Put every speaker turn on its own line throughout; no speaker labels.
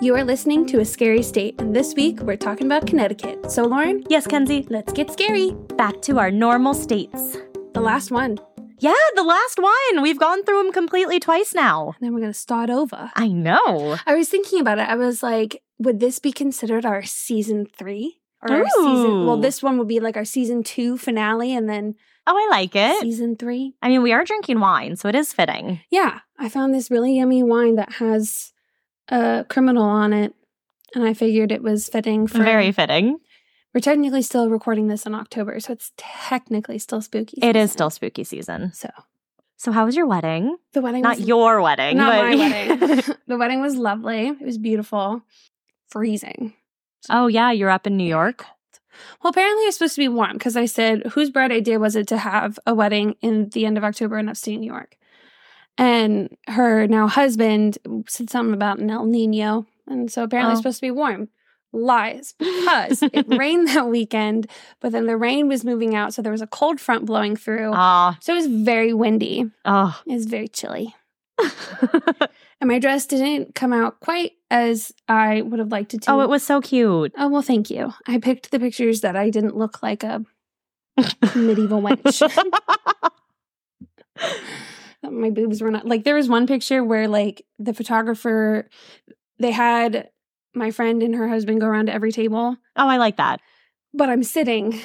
You are listening to A Scary State, and this week we're talking about Connecticut. So, Lauren,
Yes, Kenzie,
let's get scary.
back to our normal states.
The last one. And
Yeah, the last one. We've gone through them completely twice now.
then we're going to start over.
I know.
I was thinking about it. I was like, would this be considered our season three? Or our season?
Ooh.
Well, this one would be like our season two finale, and then
Oh, I like it.
season three.
I mean, we are drinking wine, so it is fitting.
Yeah, I found this really yummy wine that has a criminal on it, and I figured it was fitting for.
Very fitting.
We're technically still recording this in October, so it's technically still spooky.
It is
season.
still spooky season.
So
So, how was your wedding?
the wedding
Not
was
your wedding,
not my
but
wedding. the wedding was lovely. It was beautiful. Freezing.
oh yeah, you're up in New York.
Well, apparently it was supposed to be warm because I said, whose bright idea was it to have a wedding in the end of October in upstate New York? And her now husband said something about an El Nino. And so apparently it's
Oh.
supposed to be warm. Lies. Because it rained that weekend, but then the rain was moving out. So there was a cold front blowing through.
Ah,
So it was very windy.
oh.
It was very chilly. And my dress didn't come out quite as I would have liked it to.
oh, it was so cute.
Oh, well, thank you. I picked the pictures that I didn't look like a medieval wench.
Oh,
my boobs were not like there was one picture where like the photographer they had my friend and her husband go around to every table,
Oh, I like that.
but I'm sitting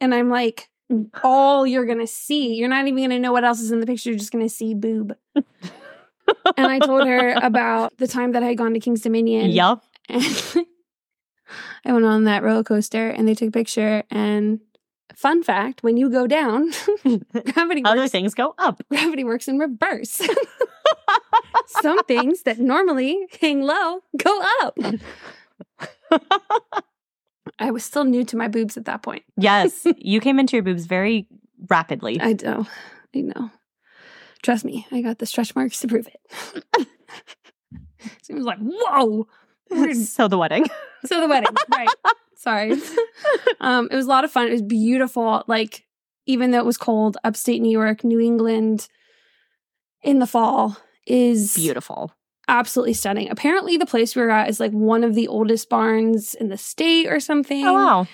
and I'm like all you're going to see, you're not even going to know what else is in the picture, you're just going to see boob. and I told her about the time that I had gone to King's Dominion.
Yup.
And I went on that roller coaster and they took a picture. And fun fact when you go down, gravity,
Other things go up.
gravity works in reverse. Some things that normally hang low go up. I was still new to my boobs at that point.
Yes, you came into your boobs very rapidly.
I know. I know. Trust me, I got the stretch marks to prove it. so it was like, whoa. we're
so the wedding.
So the wedding, right? Sorry. Um, it was a lot of fun. It was beautiful. Like even though it was cold, upstate New York, New England, in the fall is
Beautiful.
absolutely stunning. Apparently, the place we were at is like one of the oldest barns in the state or something.
Oh wow.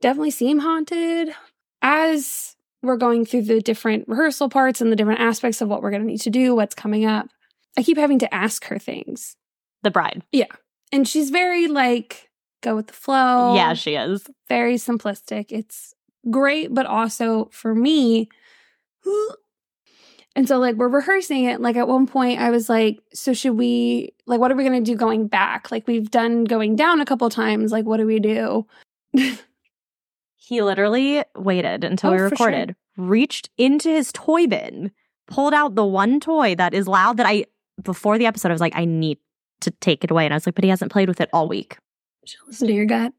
Definitely seem haunted. As we're going through the different rehearsal parts and the different aspects of what we're going to need to do, what's coming up, I keep having to ask her things,
The bride.
and she's very like go with the flow.
Yeah, she is.
very simplistic. It's great, but also for me. And so, like, we're rehearsing it. Like, at one point, I was like, So, should we, like, what are we going to do going back? Like, we've done going down a couple times. Like, what do we do?
He literally waited until
Oh,
we
for sure.
recorded, reached into his toy bin, pulled out the one toy that is loud that I before the episode I was like, I need to take it away. And I was like, but he hasn't played with it all week.
Listen to your gut.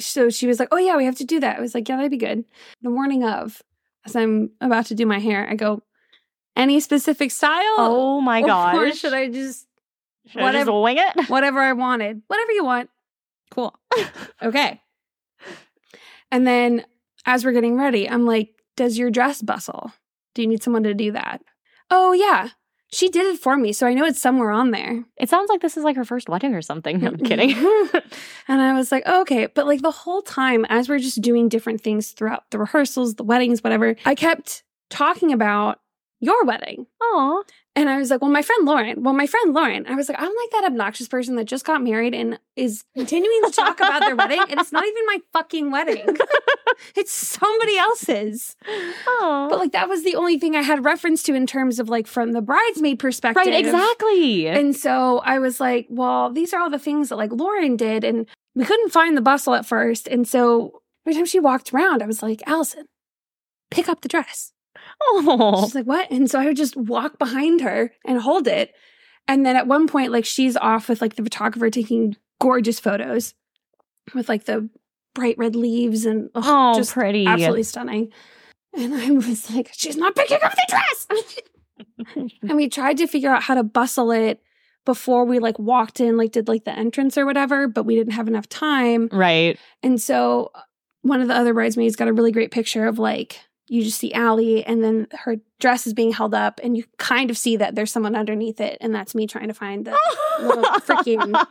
So she was like, Oh, yeah, we have to do that. I was like, Yeah, that'd be good. The morning of, as I'm about to do my hair, I go, Any specific style?
Oh my
Or-
gosh.
Or should I just
Should I just
whatever-
wing it?
whatever I wanted, whatever you want. Cool. okay. And then as we're getting ready, I'm like, does your dress bustle? Do you need someone to do that? Oh, yeah. She did it for me. So I know it's somewhere on there.
It sounds like this is like her first wedding or something. No, I'm
Mm-mm.
kidding.
And I was like, oh, okay. But like the whole time, as we're just doing different things throughout the rehearsals, the weddings, whatever, I kept talking about your wedding.
Aw.
And I was like, well, my friend Lauren, well, my friend Lauren, I was like, I'm like that obnoxious person that just got married and is continuing to talk about their wedding. And it's not even my fucking wedding, it's somebody else's. But
Aw.
like, that was the only thing I had reference to in terms of like from the bridesmaid perspective.
Right, exactly.
And so I was like, well, these are all the things that like Lauren did. And we couldn't find the bustle at first. And so every time she walked around, I was like, Allison, pick up the dress.
oh.
She's like, what? And so I would just walk behind her and hold it. And then at one point, like she's off with like the photographer taking gorgeous photos with like the bright red leaves and ugh,
Oh,
just
pretty.
absolutely stunning. And I was like, she's not picking up the dress. and we tried to figure out how to bustle it before we like walked in, like did like the entrance or whatever, but we didn't have enough time.
Right.
uh, And so one of the other bridesmaids got a really great picture of like you just see Allie, and then her dress is being held up, and you kind of see that there's someone underneath it, and that's me trying to find the. Little freaking-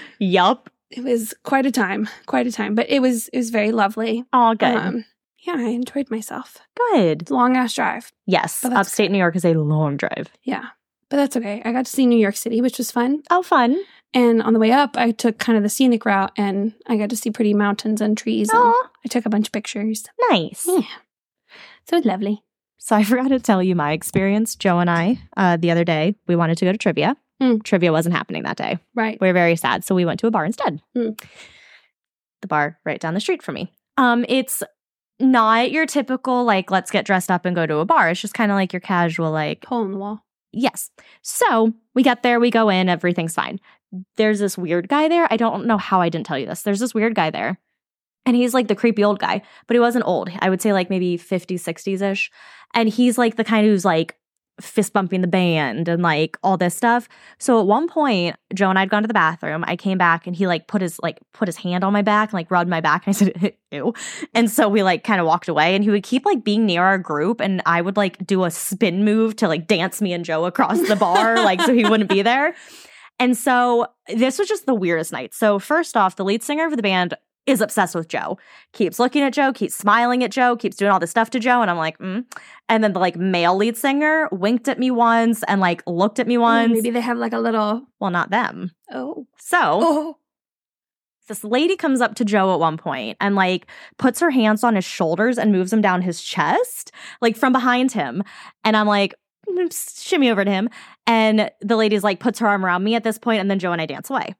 yup.
it was quite a time, quite a time, but it was it was very lovely.
Oh, good.
Um, yeah, I enjoyed myself.
good.
It's a long ass drive.
Yes.
but that's
Upstate New York is a long drive.
Yeah, but that's okay. I got to see New York City, which was fun.
Oh, fun.
And on the way up, I took kind of the scenic route, and I got to see pretty mountains and trees. And
Oh,
I took a bunch of pictures.
nice.
Yeah. So it's lovely.
So I forgot to tell you my experience. Joe and I, uh, the other day, we wanted to go to trivia.
Mm.
Trivia wasn't happening that day.
Right.
We were very sad, so we went to a bar instead.
Mm.
The bar right down the street from me. Um, it's not your typical like let's get dressed up and go to a bar. It's just kind of like your casual like
Hole in the wall.
yes. So we get there, we go in, everything's fine. There's this weird guy there. I don't know how I didn't tell you this. There's this weird guy there. And he's like the creepy old guy, but he wasn't old. I would say like maybe 50s, 60s ish. And he's like the kind who's like fist bumping the band and like all this stuff. So at one point, Joe and I had gone to the bathroom. I came back and he like put his like put his hand on my back and like rubbed my back. And I said, ew. And so we like kind of walked away and he would keep like being near our group and I would like do a spin move to like dance me and Joe across the bar, like so he wouldn't be there. And so this was just the weirdest night. So first off, the lead singer of the band is obsessed with Joe. Keeps looking at Joe, keeps smiling at Joe, keeps doing all this stuff to Joe. And I'm like, mm. And then the like male lead singer winked at me once and like looked at me once.
Maybe they have like a little.
Well, not them.
Oh.
So
Oh.
this lady comes up to Joe at one point and like puts her hands on his shoulders and moves him down his chest, like from behind him. And I'm like, "Mm, shimmy over to him. And the lady's like puts her arm around me at this point, and then Joe and I dance away.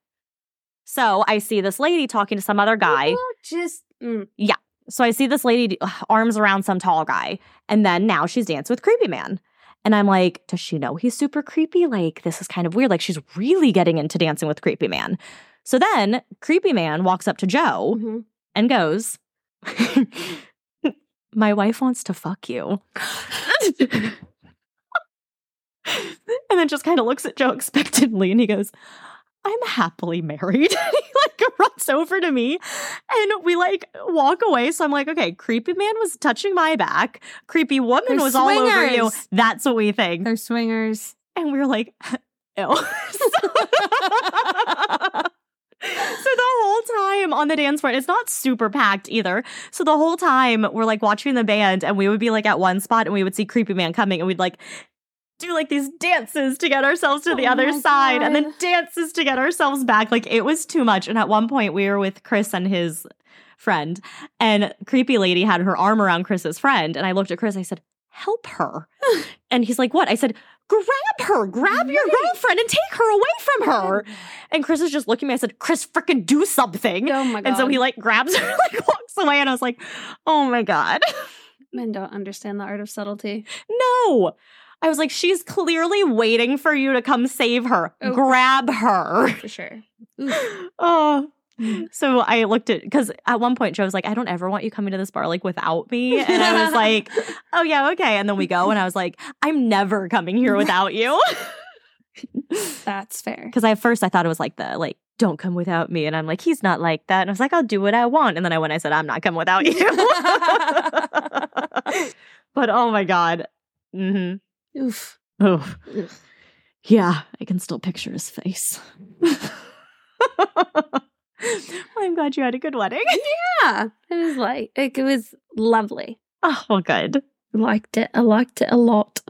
So I see this lady talking to some other guy.
People Just. Mm.
So I see this lady ugh, arms around some tall guy, and then now she's danced with creepy man. And I'm like, does she know he's super creepy? Like, this is kind of weird. Like, she's really getting into dancing with creepy man. So then creepy man walks up to Joe
Mhm.
and goes, My wife wants to fuck you. and then just kind of looks at Joe expectantly and he goes, I'm happily married. And he like runs over to me and we like walk away. So I'm like, okay, creepy man was touching my back. Creepy woman
They're
was all over you.
swingers.
That's what we think.
They're swingers.
And we were like, ew. so So the whole time on the dance floor, it's not super packed either. So the whole time we're like watching the band and we would be like at one spot and we would see Creepy Man coming and we'd like do like these dances to get ourselves to the
Oh
other
my
side and then
God.
dances to get ourselves back. Like it was too much. And at one point we were with Chris and his friend and creepy lady had her arm around Chris's friend. And I looked at Chris, I said, help her. and he's like, what? I said, grab her, grab your girlfriend and take her away from her. And Chris is just looking at me. I said, Chris, frickin' do something.
Oh my god.
And so he like grabs her, like walks away. And I was like, oh my God.
Men don't understand the art of subtlety.
No. I was like, she's clearly waiting for you to come save her.
Oh.
Grab her.
For sure. Oof.
Oh. So I looked at because at one point Joe was like, I don't ever want you coming to this bar like without me. And I was like, Oh yeah, okay. And then we go and I was like, I'm never coming here without you.
That's fair.
Because at first I thought it was like the like, don't come without me. And I'm like, he's not like that. And I was like, I'll do what I want. And then I went, I said, I'm not coming without you. but oh my God. Mm-hmm.
Oof.
Oh.
Ugh.
Yeah, I can still picture his face. I'm glad you had a good wedding.
Yeah. It was like it was lovely.
Oh, good.
Liked it. I liked it a lot.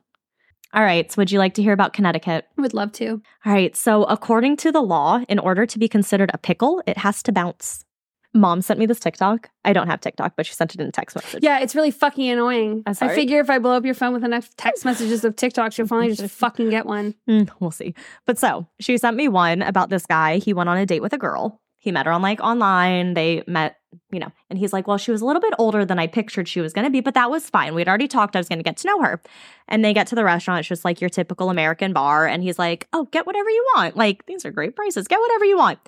All right. So, would you like to hear about Connecticut?
Would love to.
All right. So, according to the law, in order to be considered a pickle, it has to bounce. Mom sent me this TikTok. I don't have TikTok, but she sent it in a text message.
Yeah, it's really fucking annoying.
I'm
I
sorry.
figure if I blow up your phone with enough text messages of TikToks, you'll finally just fucking get one.
Mm, we'll see. But so she sent me one about this guy. He went on a date with a girl. He met her on like online. They met, you know, and he's like, well, she was a little bit older than I pictured she was going to be, but that was fine. We'd already talked. I was going to get to know her. And they get to the restaurant. It's just like your typical American bar. And he's like, oh, get whatever you want. Like, these are great prices. Get whatever you want.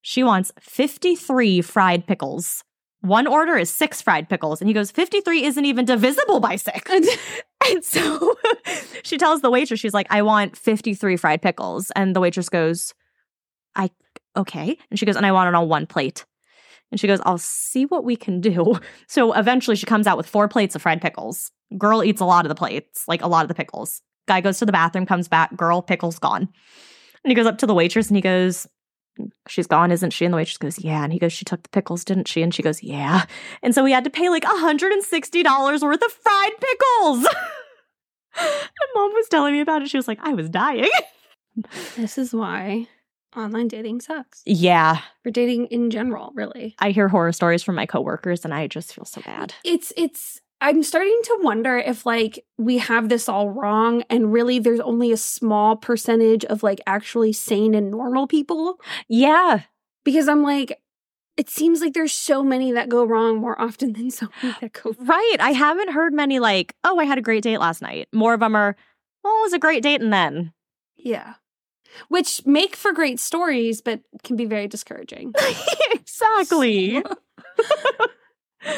She wants 53 fried pickles. One order is six fried pickles. And he goes, 53 isn't even divisible by six. And so she tells the waitress, she's like, I want 53 fried pickles. And the waitress goes, I, okay. And she goes, and I want it on one plate. And she goes, I'll see what we can do. So eventually she comes out with four plates of fried pickles. Girl eats a lot of the plates, like a lot of the pickles. Guy goes to the bathroom, comes back, girl, pickles gone. And he goes up to the waitress and he goes, She's gone, isn't she? And the waitress goes, Yeah. And he goes, She took the pickles, didn't she? And she goes, Yeah. And so we had to pay like $160 worth of fried pickles. and mom was telling me about it. She was like, I was dying.
This is why online dating sucks.
Yeah.
For dating in general, really.
I hear horror stories from my coworkers and I just feel so bad.
It's it's I'm starting to wonder if like we have this all wrong and really there's only a small percentage of like actually sane and normal people
Yeah.
because I'm like it seems like there's so many that go wrong more often than so many that go
Right. I haven't heard many like, oh, I had a great date last night. More of them are, oh, it was a great date and then.
Yeah. Which make for great stories but can be very discouraging.
exactly.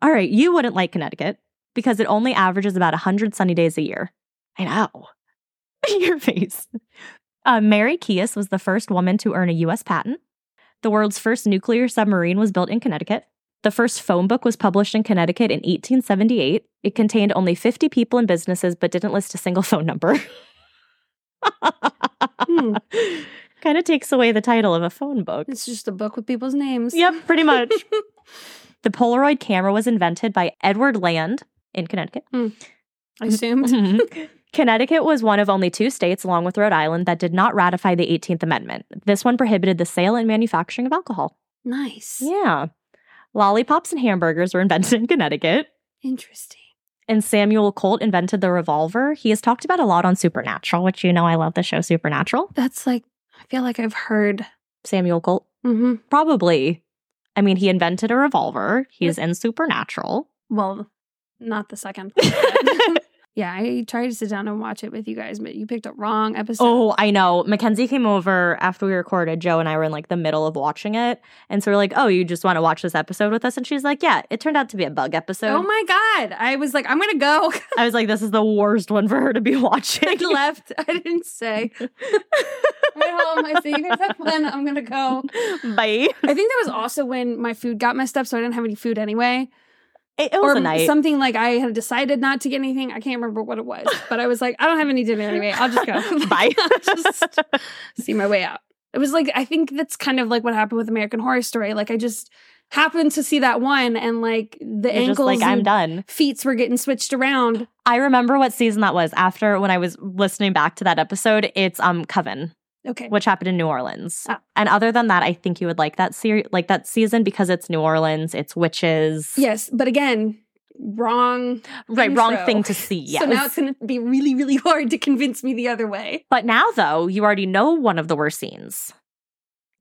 All right. You wouldn't like Connecticut because it only averages about 100 sunny days a year. I know. Your face. Uh, Mary Keyes was the first woman to earn a U.S. patent. The world's first nuclear submarine was built in Connecticut. The first phone book was published in Connecticut in 1878. It contained only 50 people and businesses, but didn't list a single phone number.
Hmm.
kind of takes away the title of a phone book.
It's just a book with people's names.
Yep, pretty much. the Polaroid camera was invented by Edward Land in Connecticut.
I assumed.
Connecticut was one of only two states, along with Rhode Island, that did not ratify the 18th Amendment. This one prohibited the sale and manufacturing of alcohol.
Nice.
Yeah. Lollipops and hamburgers were invented in Connecticut.
Interesting.
And Samuel Colt invented the revolver. He is talked about a lot on Supernatural, which you know I love the show Supernatural.
That's like I feel like I've heard.
Samuel Colt
hmm
Probably. I mean, he invented a revolver. He is in Supernatural.
Well, not the second. yeah, I tried to sit down and watch it with you guys, but you picked a wrong episode.
oh, I know. Mackenzie came over after we recorded. Joe and I were in like the middle of watching it. And so we're like, oh, you just want to watch this episode with us? And she's like, yeah, it turned out to be a bug episode.
oh my god! I was like, I'm gonna go.
I was like, this is the worst one for her to be
I
watching.
left. I didn't say. I'm at home. I say you guys have fun. I'm gonna go.
Bye.
I think that was also when my food got messed up, so I didn't have any food anyway,
It, it was a night.
something like I had decided not to get anything. I can't remember what it was, but I was like, I don't have any dinner anyway. I'll just go.
Bye.
I'll just see my way out. It was like I think that's kind of like what happened with American Horror Story. Like I just happened to see that one, and like the
You're just
ankles
like, I'm
and
done.
feets were getting switched around.
I remember what season that was after when I was listening back to that episode. It's um Coven.
Okay,
which happened in New Orleans.
Ah.
And other than that, I think you would like that series, like that season, because it's New Orleans, it's witches.
yes, but again, wrong.
right. Wrong
intro.
thing to see. Yes.
So now it's going to be really, really hard to convince me the other way.
but now, though, you already know one of the worst scenes.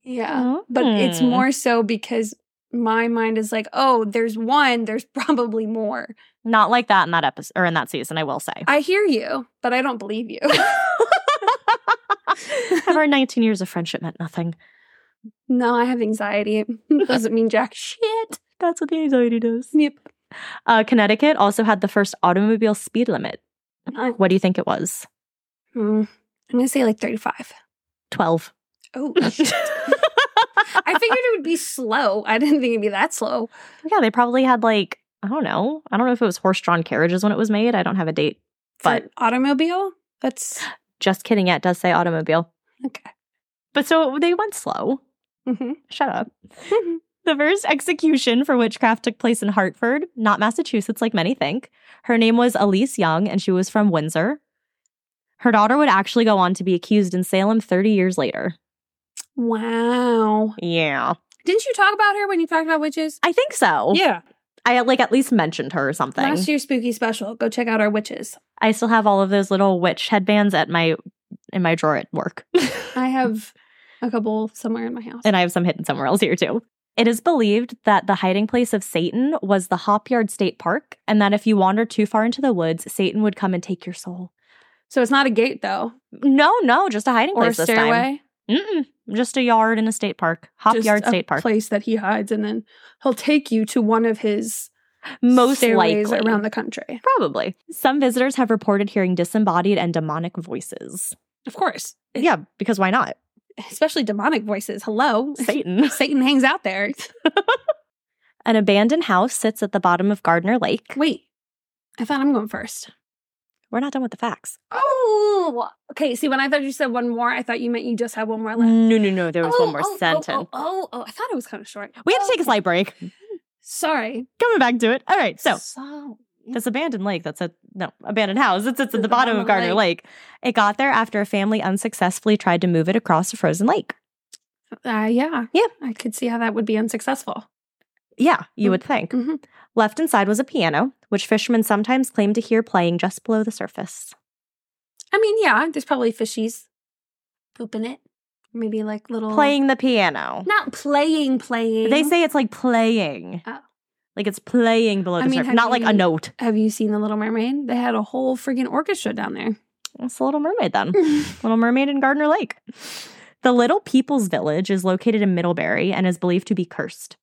Yeah. But it's
Mm.
more so because my mind is like, oh, there's one, there's probably more.
not like that in that episode or in that season. I will say.
I hear you, but I don't believe you.
Have our 19 years of friendship meant nothing?
no, I have anxiety. It doesn't mean jack shit.
That's what the anxiety does.
Yep.
Uh, Connecticut also had the first automobile speed limit.
I-
What do you think it was?
Hmm. I'm going to say like 35.
12.
Oh, shit. I figured it would be slow. I didn't think it'd be that slow.
Yeah, they probably had like, I don't know. I don't know if it was horse drawn carriages when it was made. I don't have a date.
For
But-
an automobile? That's
Just kidding. Yeah, it does say automobile.
okay.
But so they went slow.
hmm
Shut up.
Mm-hmm.
The first execution for witchcraft took place in Hartford, not Massachusetts, like many think. Her name was Elise Young, and she was from Windsor. Her daughter would actually go on to be accused in Salem 30 years later.
Wow.
Yeah.
Didn't you talk about her when you talked about witches?
I think so.
Yeah.
I like at least mentioned her or something.
Last year's spooky special. Go check out our witches.
I still have all of those little witch headbands at my in my drawer at work.
I have a couple somewhere in my house.
and I have some hidden somewhere else here too. It is believed that the hiding place of Satan was the Hopyard State Park, and that if you wandered too far into the woods, Satan would come and take your soul.
So it's not a gate though,
No, no, just a hiding
or a
place this time.
stairway.
Mm-mm, just a yard in a state park,
Just
Hopyard
a
State Park,
place that he hides, and then he'll take you to one of his
most
stairways
likely
around the country.
Probably, some visitors have reported hearing disembodied and demonic voices.
Of course,
Yeah, because why not?
especially demonic voices. Hello.
Satan.
Satan hangs out there.
An abandoned house sits at the bottom of Gardner Lake.
Wait, I thought I'm going first.
We're not done with the facts.
Oh, okay. See, when I thought you said one more, I thought you meant you just had one more left.
No, no, no. Mm, There was
Oh,
one more
oh, oh,
sentence.
Oh, oh, oh, I thought it was kind of short. Oh,
We had to take a slight break.
Sorry.
Coming back to it. All right. So
so
this abandoned lake that's a no abandoned house it sits at the bottom of gardner lake. it got there after a family unsuccessfully tried to move it across a frozen lake
uh, yeah,
Yeah.
I could see how that would be unsuccessful.
yeah you
Mm.
would think
Mhm.
left inside was a piano which fishermen sometimes claim to hear playing just below the surface
I mean, yeah, there's probably fishies pooping it. Maybe like little
playing the piano
not playing, playing.
they say it's like playing
Oh.
like it's playing below
I
the
mean,
surface
have
not like a
you-
note
Have you seen the Little Mermaid? They had a whole freaking orchestra down there.
it's the little mermaid then Little Mermaid and Gardner Lake. The Little People's Village is located in Middlebury and is believed to be cursed.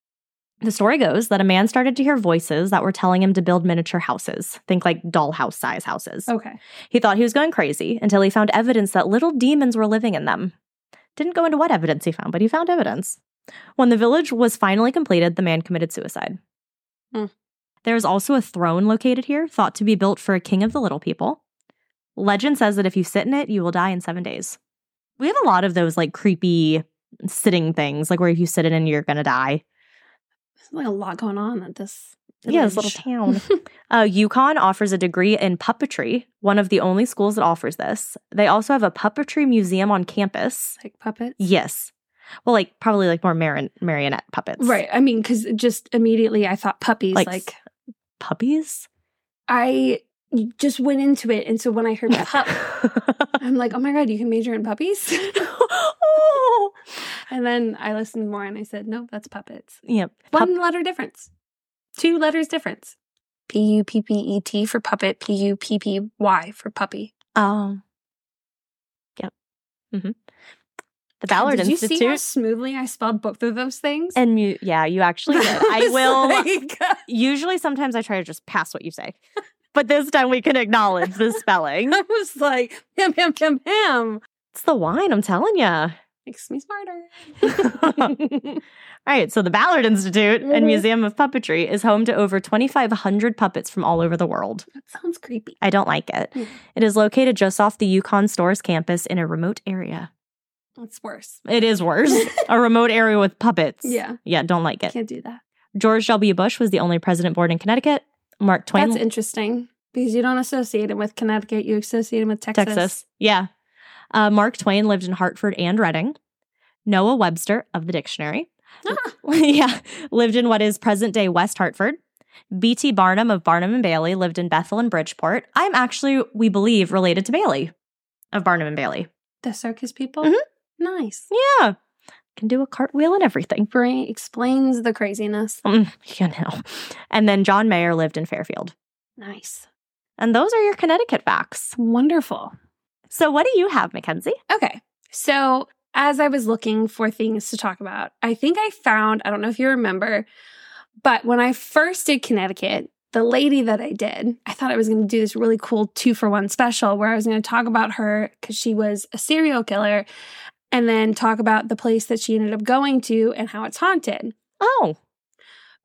The story goes that a man started to hear voices that were telling him to build miniature houses, think like dollhouse size houses.
okay.
He thought he was going crazy until he found evidence that little demons were living in them. Didn't go into what evidence he found, but he found evidence. When the village was finally completed, the man committed suicide.
Hmm.
There is also a throne located here, thought to be built for a king of the little people. Legend says that if you sit in it, you will die in seven days. We have a lot of those like creepy sitting things, like where if you sit in it, you're gonna die.
There's like a lot going on at this.
Yeah, this little
village.
town. Uh, UConn offers a degree in puppetry, one of the only schools that offers this. They also have a puppetry museum on campus.
like puppets.
Yes. Well, like probably like more marin- marionette puppets.
Right. I mean, because just immediately I thought puppies.
Like-
Like,
Puppies?
I just went into it, and so when I heard pup, I'm like, oh my god, you can major in puppies.
oh.
and then I listened more, and I said, no, that's puppets.
Yep. Pup-
One letter difference. Two letters difference. P U P P E T for puppet. P U P P Y for puppy.
um. Yep. hmm The Ballard
Did you
Institute.
see how smoothly I spelled both of those things?
and you, yeah, you actually did. I
was
will.
like-
usually, sometimes I try to just pass what you say, but this time we can acknowledge the spelling.
I was like, ham, ham, ham, ham.
It's the wine, I'm telling you.
Makes me smarter.
All right, so the Ballard Institute and
Mhm.
Museum of Puppetry is home to over 2,500 puppets from all over the world.
That sounds creepy.
I don't like it.
Mhm.
It is located just off the Yukon Stores campus in a remote area.
That's worse.
It is worse. a remote area with puppets.
Yeah.
Yeah, don't like it.
Can't do that.
George W. Bush was the only president born in Connecticut. Mark Twain,
That's interesting because you don't associate it with Connecticut. You associate it with Texas.
Texas. Yeah. Uh, Mark Twain lived in Hartford and Reading. Noah Webster of the dictionary.
Ah.
yeah, lived in what is present day West Hartford. B.T. Barnum of Barnum and Bailey lived in Bethel and Bridgeport. I'm actually, we believe, related to Bailey of Barnum and Bailey.
The circus people.
Mhm.
Nice.
Yeah, can do a cartwheel and everything.
Brain explains the craziness.
Mm, you know. And then John Mayer lived in Fairfield.
Nice.
And those are your Connecticut facts.
Wonderful.
So, what do you have, Mackenzie?
Okay. So, as I was looking for things to talk about, I think I found, I don't know if you remember, but when I first did Connecticut, the lady that I did, I thought I was going to do this really cool two for one special where I was going to talk about her because she was a serial killer and then talk about the place that she ended up going to and how it's haunted.
Oh,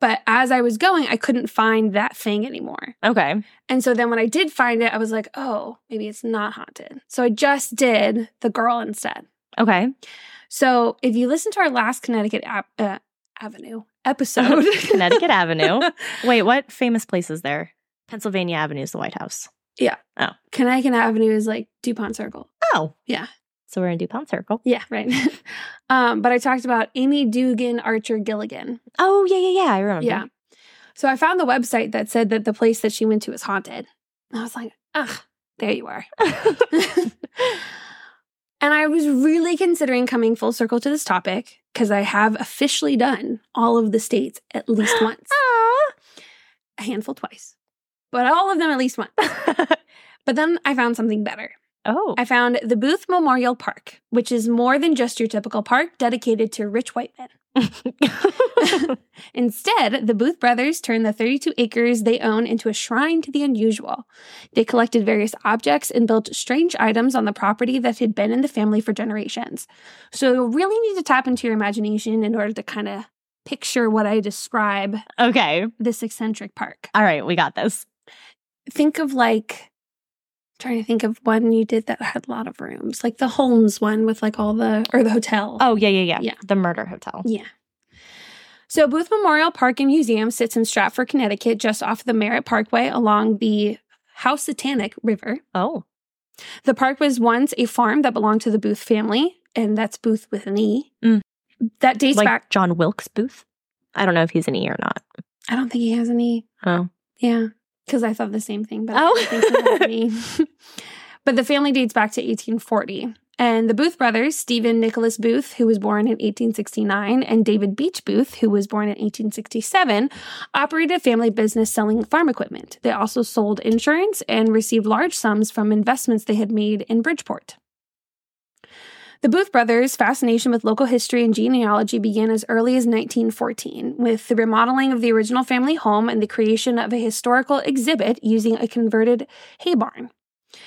But as I was going, I couldn't find that thing anymore.
okay.
And so then when I did find it, I was like, oh, maybe it's not haunted. So I just did The Girl instead.
Okay.
So if you listen to our last Connecticut ap- uh, Avenue episode,
Connecticut Avenue. Wait, what famous place is there? Pennsylvania Avenue is the White House.
Connecticut Avenue is like Dupont Circle.
Oh.
Yeah.
So we're in DuPont Circle.
Yeah, right. um, but I talked about Amy Dugan Archer Gilligan.
Oh, yeah, yeah, yeah. I remember.
Yeah. So I found the website that said that the place that she went to is haunted. And I was like, ugh, there you are. and I was really considering coming full circle to this topic because I have officially done all of the states at least once, a handful twice, but all of them at least once.
Aw.
But then I found something better.
oh.
I found the Booth Memorial Park, which is more than just your typical park dedicated to rich white men. Instead, the Booth brothers turned the 32 acres they own into a shrine to the unusual. They collected various objects and built strange items on the property that had been in the family for generations. So you really need to tap into your imagination in order to kind of picture what I describe
okay.
this eccentric park.
All right. We got this.
Think of like trying to think of one you did that had a lot of rooms, like the Holmes one with like all the or the hotel.
Oh, yeah, yeah, yeah.
Yeah.
The murder hotel.
Yeah. So Booth Memorial Park and Museum sits in Stratford, Connecticut, just off the Merritt Parkway along the Housatonic River.
Oh.
The park was once a farm that belonged to the Booth family, and that's Booth with an E.
Mm.
That dates
like
back.
John Wilkes Booth. I don't know if he's an E or not.
I don't think he has an E.
Oh.
Yeah, because I thought the same thing, but I
Oh.
don't think so about me. but the family dates back to 1840. And the Booth brothers, Stephen Nicholas Booth, who was born in 1869, and David Beach Booth, who was born in 1867, operated a family business selling farm equipment. They also sold insurance and received large sums from investments they had made in Bridgeport. The Booth brothers' fascination with local history and genealogy began as early as 1914 with the remodeling of the original family home and the creation of a historical exhibit using a converted hay barn.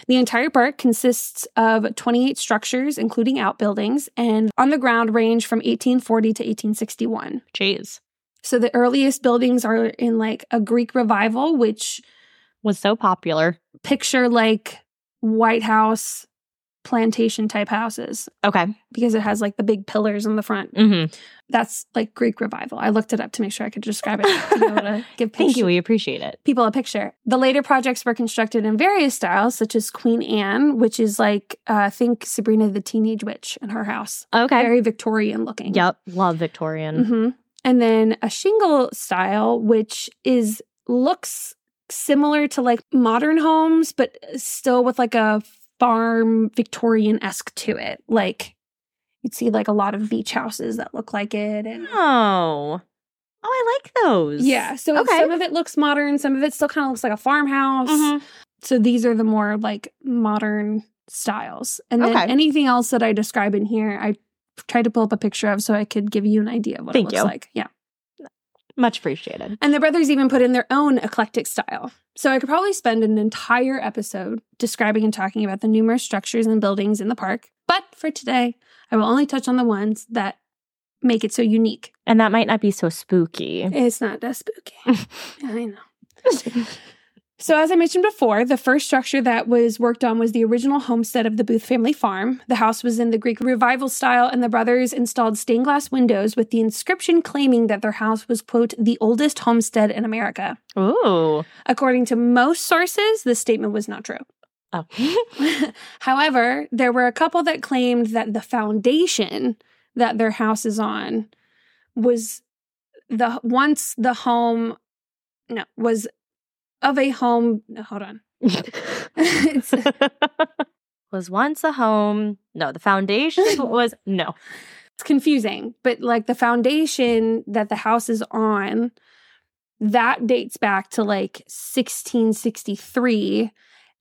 The entire park consists of 28 structures, including outbuildings, and on the ground range from 1840 to 1861.
Jeez.
So the earliest buildings are in like a Greek revival, which
Was so popular.
picture like White House plantation type houses
Okay.
because it has like the big pillars in the front.
Mm-hmm.
That's like Greek revival. I looked it up to make sure I could describe it to be able to give
Thank you.
picture-
We appreciate it.
people a picture. The later projects were constructed in various styles, such as Queen Anne, which is like uh, think Sabrina the Teenage Witch in her house,
Okay.
very Victorian looking.
yep. Love Victorian.
hmm And then a shingle style, which is looks similar to like modern homes, but still with like a farm Victorian esque to it. Like you'd see like a lot of beach houses that look like it, and
Oh. Oh, I like those.
yeah. So
Okay.
some of it looks modern, some of it still kind of looks like a farmhouse.
Mhm.
So these are the more like modern styles, and then
Okay.
anything else that I describe in here, I tried to pull up a picture of so I could give you an idea of what
Thank
it looks
you.
like. Yeah.
Much appreciated.
And the brothers even put in their own eclectic style. So I could probably spend an entire episode describing and talking about the numerous structures and buildings in the park. But for today, I will only touch on the ones that make it so unique.
And that might not be so spooky.
It's not that spooky. I know. So, as I mentioned before, the first structure that was worked on was the original homestead of the Booth family farm. The house was in the Greek Revival style, and the brothers installed stained glass windows with the inscription claiming that their house was, quote, the oldest homestead in America.
Ooh.
According to most sources, this statement was not true.
Oh.
However, there were a couple that claimed that the foundation that their house is on was the once the home no was of a home no, hold on it's,
was once a home. No, the foundation was no.
it's confusing but like the foundation that the house is on that dates back to like 1663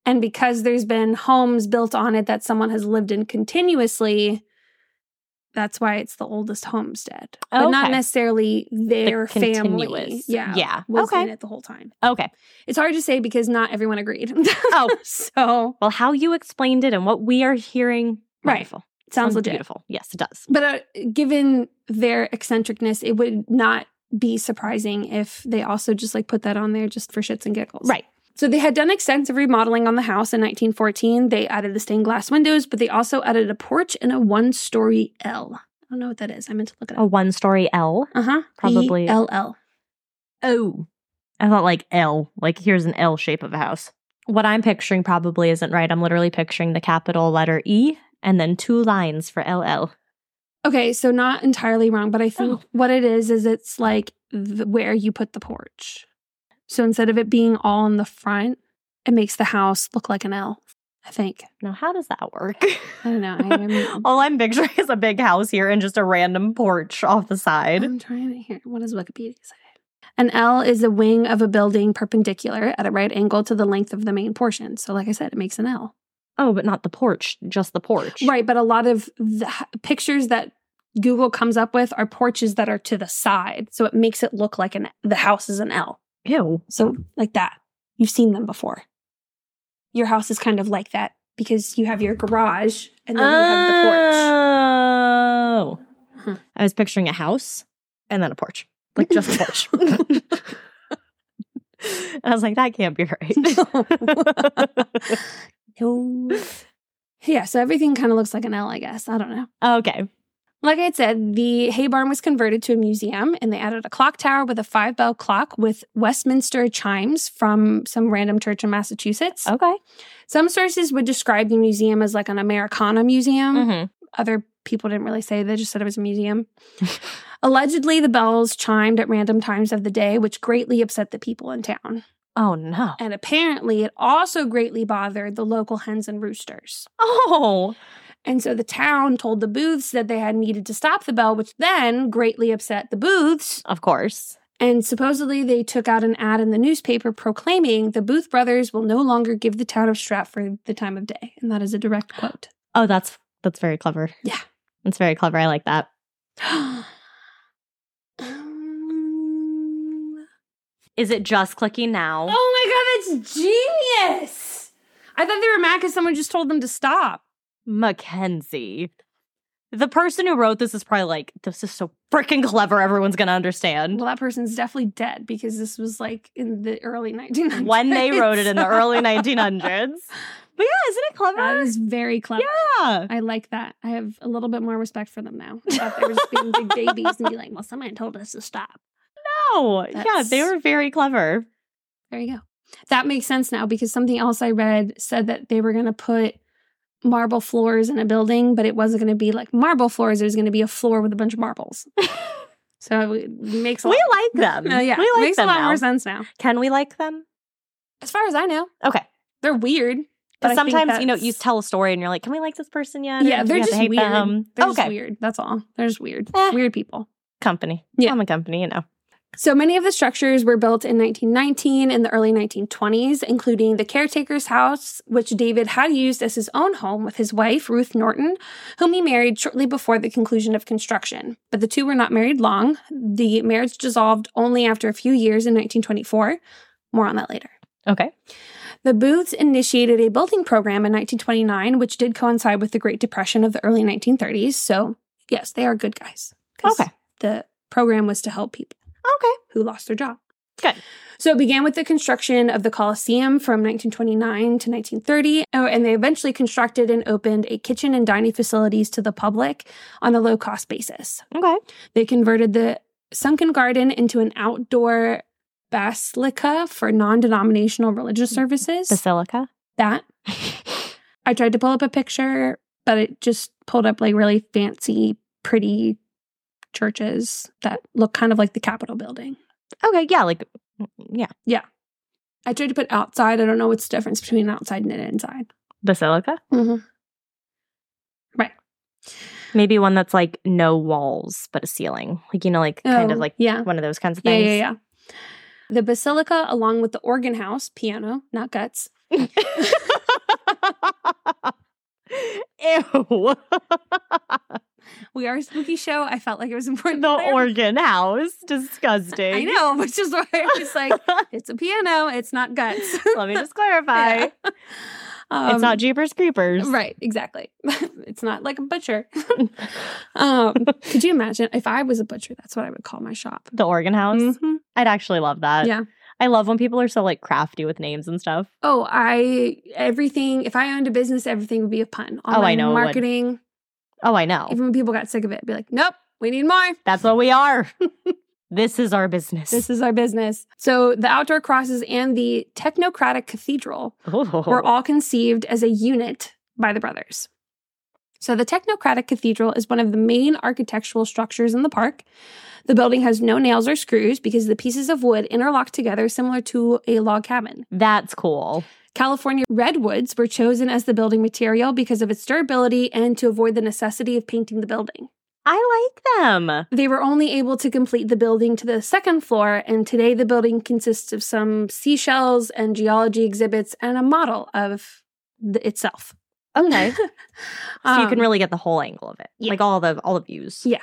and because there's been homes built on it that someone has lived in continuously that's why it's the oldest homestead but not
Okay.
necessarily their
The
family
continuous.
yeah
Yeah.
was
okay.
in it the whole time
Okay.
it's hard to say because not everyone agreed
Oh.
so
Well, how you explained it and what we are hearing.
Right.
Wonderful.
sounds legit
beautiful. Yes, it does.
But uh, given their eccentricness, it would not be surprising if they also just like put that on there just for shits and giggles.
Right.
So they had done extensive remodeling on the house in 1914. They added the stained glass windows, but they also added a porch and a one story L. I don't know what that is. I meant to look it
A
up.
one story L.
Uh huh.
Oh, probably-
L L.
Oh. I thought like L, like here's an L shape of a house. What I'm picturing probably isn't right. I'm literally picturing the capital letter E and then two lines for LL.
Okay, so not entirely wrong, but I think
Oh.
what it is is it's like th- where you put the porch. So instead of it being all in the front, it makes the house look like an L, I think.
Now, how does that work?
I don't know. I am
All I'm picturing is a big house here and just a random porch off the side.
I'm trying to hear. What does Wikipedia say? An L is a wing of a building perpendicular at a right angle to the length of the main portion. So, like I said, it makes an L.
Oh, but not the porch, just the porch.
Right, but a lot of the h- pictures that Google comes up with are porches that are to the side. So it makes it look like an the house is an L.
Ew.
So like that. You've seen them before. Your house is kind of like that because you have your garage and then you have
Ah,
the porch.
Oh.
Hmm.
I was picturing a house and then a porch. Like just a porch. And I was like, that can't be right.
No. Yeah, so everything kind of looks like an L, I guess. I don't know.
okay.
Like I said, the hay barn was converted to a museum and they added a clock tower with a five bell clock with Westminster chimes from some random church in Massachusetts.
Okay.
Some sources would describe the museum as like an Americana museum.
Mhm.
Other people didn't really say, they just said it was a museum. Allegedly, the bells chimed at random times of the day, which greatly upset the people in town.
Oh no.
And apparently, it also greatly bothered the local hens and roosters.
Oh.
And so the town told the booths that they had needed to stop the bell, which then greatly upset the booths.
Of course.
And supposedly they took out an ad in the newspaper proclaiming the Booth brothers will no longer give the town of Stratford the time of day. And that is a direct quote.
Oh, that's that's very clever.
Yeah.
That's very clever. I like that.
Um,
Is it just clicking now?
oh my God, that's genius! I thought they were mad because someone just told them to stop.
Mackenzie. The person who wrote this is probably like, this is so freaking clever. Everyone's going to understand.
Well, that person's definitely dead because this was like in the early 1900s.
When they wrote it in the early 1900s. But yeah, isn't it
That
clever?
is very clever.
Yeah.
I like that. I have a little bit more respect for them now. I thought they were just being big babies and be like, well, someone told us to stop.
No. Oh, Yeah, they
That's-
were very clever.
There you go. That makes sense now because something else I read said that they were going to put marble floors in a building, but it wasn't going to be like marble floors. It was going to be a floor with a bunch of marbles. so it makes a
We
lot,
like them.
Uh, yeah,
We like
makes
them
a lot
now.
more sense now.
Can we like them?
As far as I know,
Okay.
they're weird.
But
I think
sometimes, you know,
that's-
you tell a story and you're like, can we like this person yet? Or
yeah,
do
they're
we have to
just
hate
weird.
them?
They're
okay.
just weird. That's all. They're just weird.
Eh.
Weird people.
Company.
Yeah.
I'm a company, you know.
So many of the structures were built in 1919 and the early 1920s, including the caretaker's house, which David had used as his own home with his wife, Ruth Norton, whom he married shortly before the conclusion of construction. But the two were not married long. The marriage dissolved only after a few years in 1924. More on that later.
Okay.
The Booths initiated a building program in 1929, which did coincide with the Great Depression of the early 1930s. So, yes, they are good guys. 'Cause
Okay.
The program was to help people
Okay.
who lost their job.
Good.
So it began with the construction of the Coliseum from 1929 to 1930, oh, and they eventually constructed and opened a kitchen and dining facilities to the public on a low cost basis.
Okay.
They converted the Sunken Garden into an outdoor basilica for non denominational religious
Mm-hmm.
services.
Basilica.
that I tried to pull up a picture, but it just pulled up like really fancy, pretty churches that look kind of like the Capitol building.
Okay, yeah, like mm, yeah,
I tried to put outside. I don't know what's the difference between outside and inside.
basilica.
Mm-hmm.
Maybe one that's like no walls but a ceiling, like you know, like kind of like
Oh, yeah,
one of those kinds of
yeah,
things.
yeah, yeah. The basilica, along with the organ house, piano, not guts,
Ew,
we are a spooky show. I felt like it was important. to
the
clarify.
organ house, disgusting.
I know, which is why I was like, it's a piano. It's not guts.
Let me just clarify.
Yeah. Um,
it's not Jeepers Creepers.
Right, exactly. it's not like a butcher. um, could you imagine if I was a butcher? That's what I would call my shop.
The organ house.
Mhm.
I'd actually love that.
Yeah.
I love when people are so like crafty with names and stuff.
Oh, I everything. If I owned a business, everything would be a pun. All
Oh, I
my
know it would.
marketing.
Oh, I know.
Even when people got sick of it, I'd be like, nope, we need more.
That's what we are. this is our business.
This is our business. So the outdoor crosses and the technocratic cathedral were all conceived as a unit by the brothers. So, the Technocratic Cathedral is one of the main architectural structures in the park. The building has no nails or screws because the pieces of wood interlock together, similar to a log cabin.
That's cool.
California redwoods were chosen as the building material because of its durability and to avoid the necessity of painting the building.
I like them.
They were only able to complete the building to the second floor, and today the building consists of some seashells and geology exhibits and a model of the, itself.
Okay. so you
Um,
can really get the whole angle of it.
yeah.
Like all the all the views.
Yeah.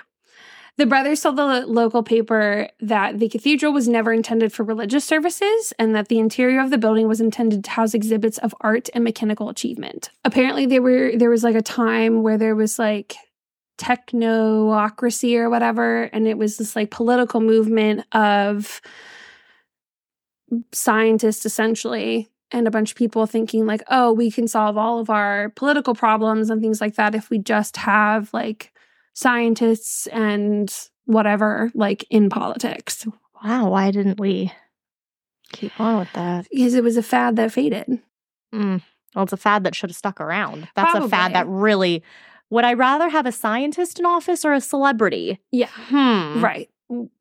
The brothers told the lo- local paper that the cathedral was never intended for religious services and that the interior of the building was intended to house exhibits of art and mechanical achievement. Apparently there were there was like a time where there was like technocracy or whatever and it was this like political movement of scientists essentially and a bunch of people thinking like oh we can solve all of our political problems and things like that if we just have like scientists and whatever like in politics
Wow, why didn't we keep on with that?
because it was a fad that faded
Mm. Well, it's a fad that should have stuck around. That's a
Probably.
fad that really. Would I rather have a scientist in office or a celebrity?
yeah
Hmm.
right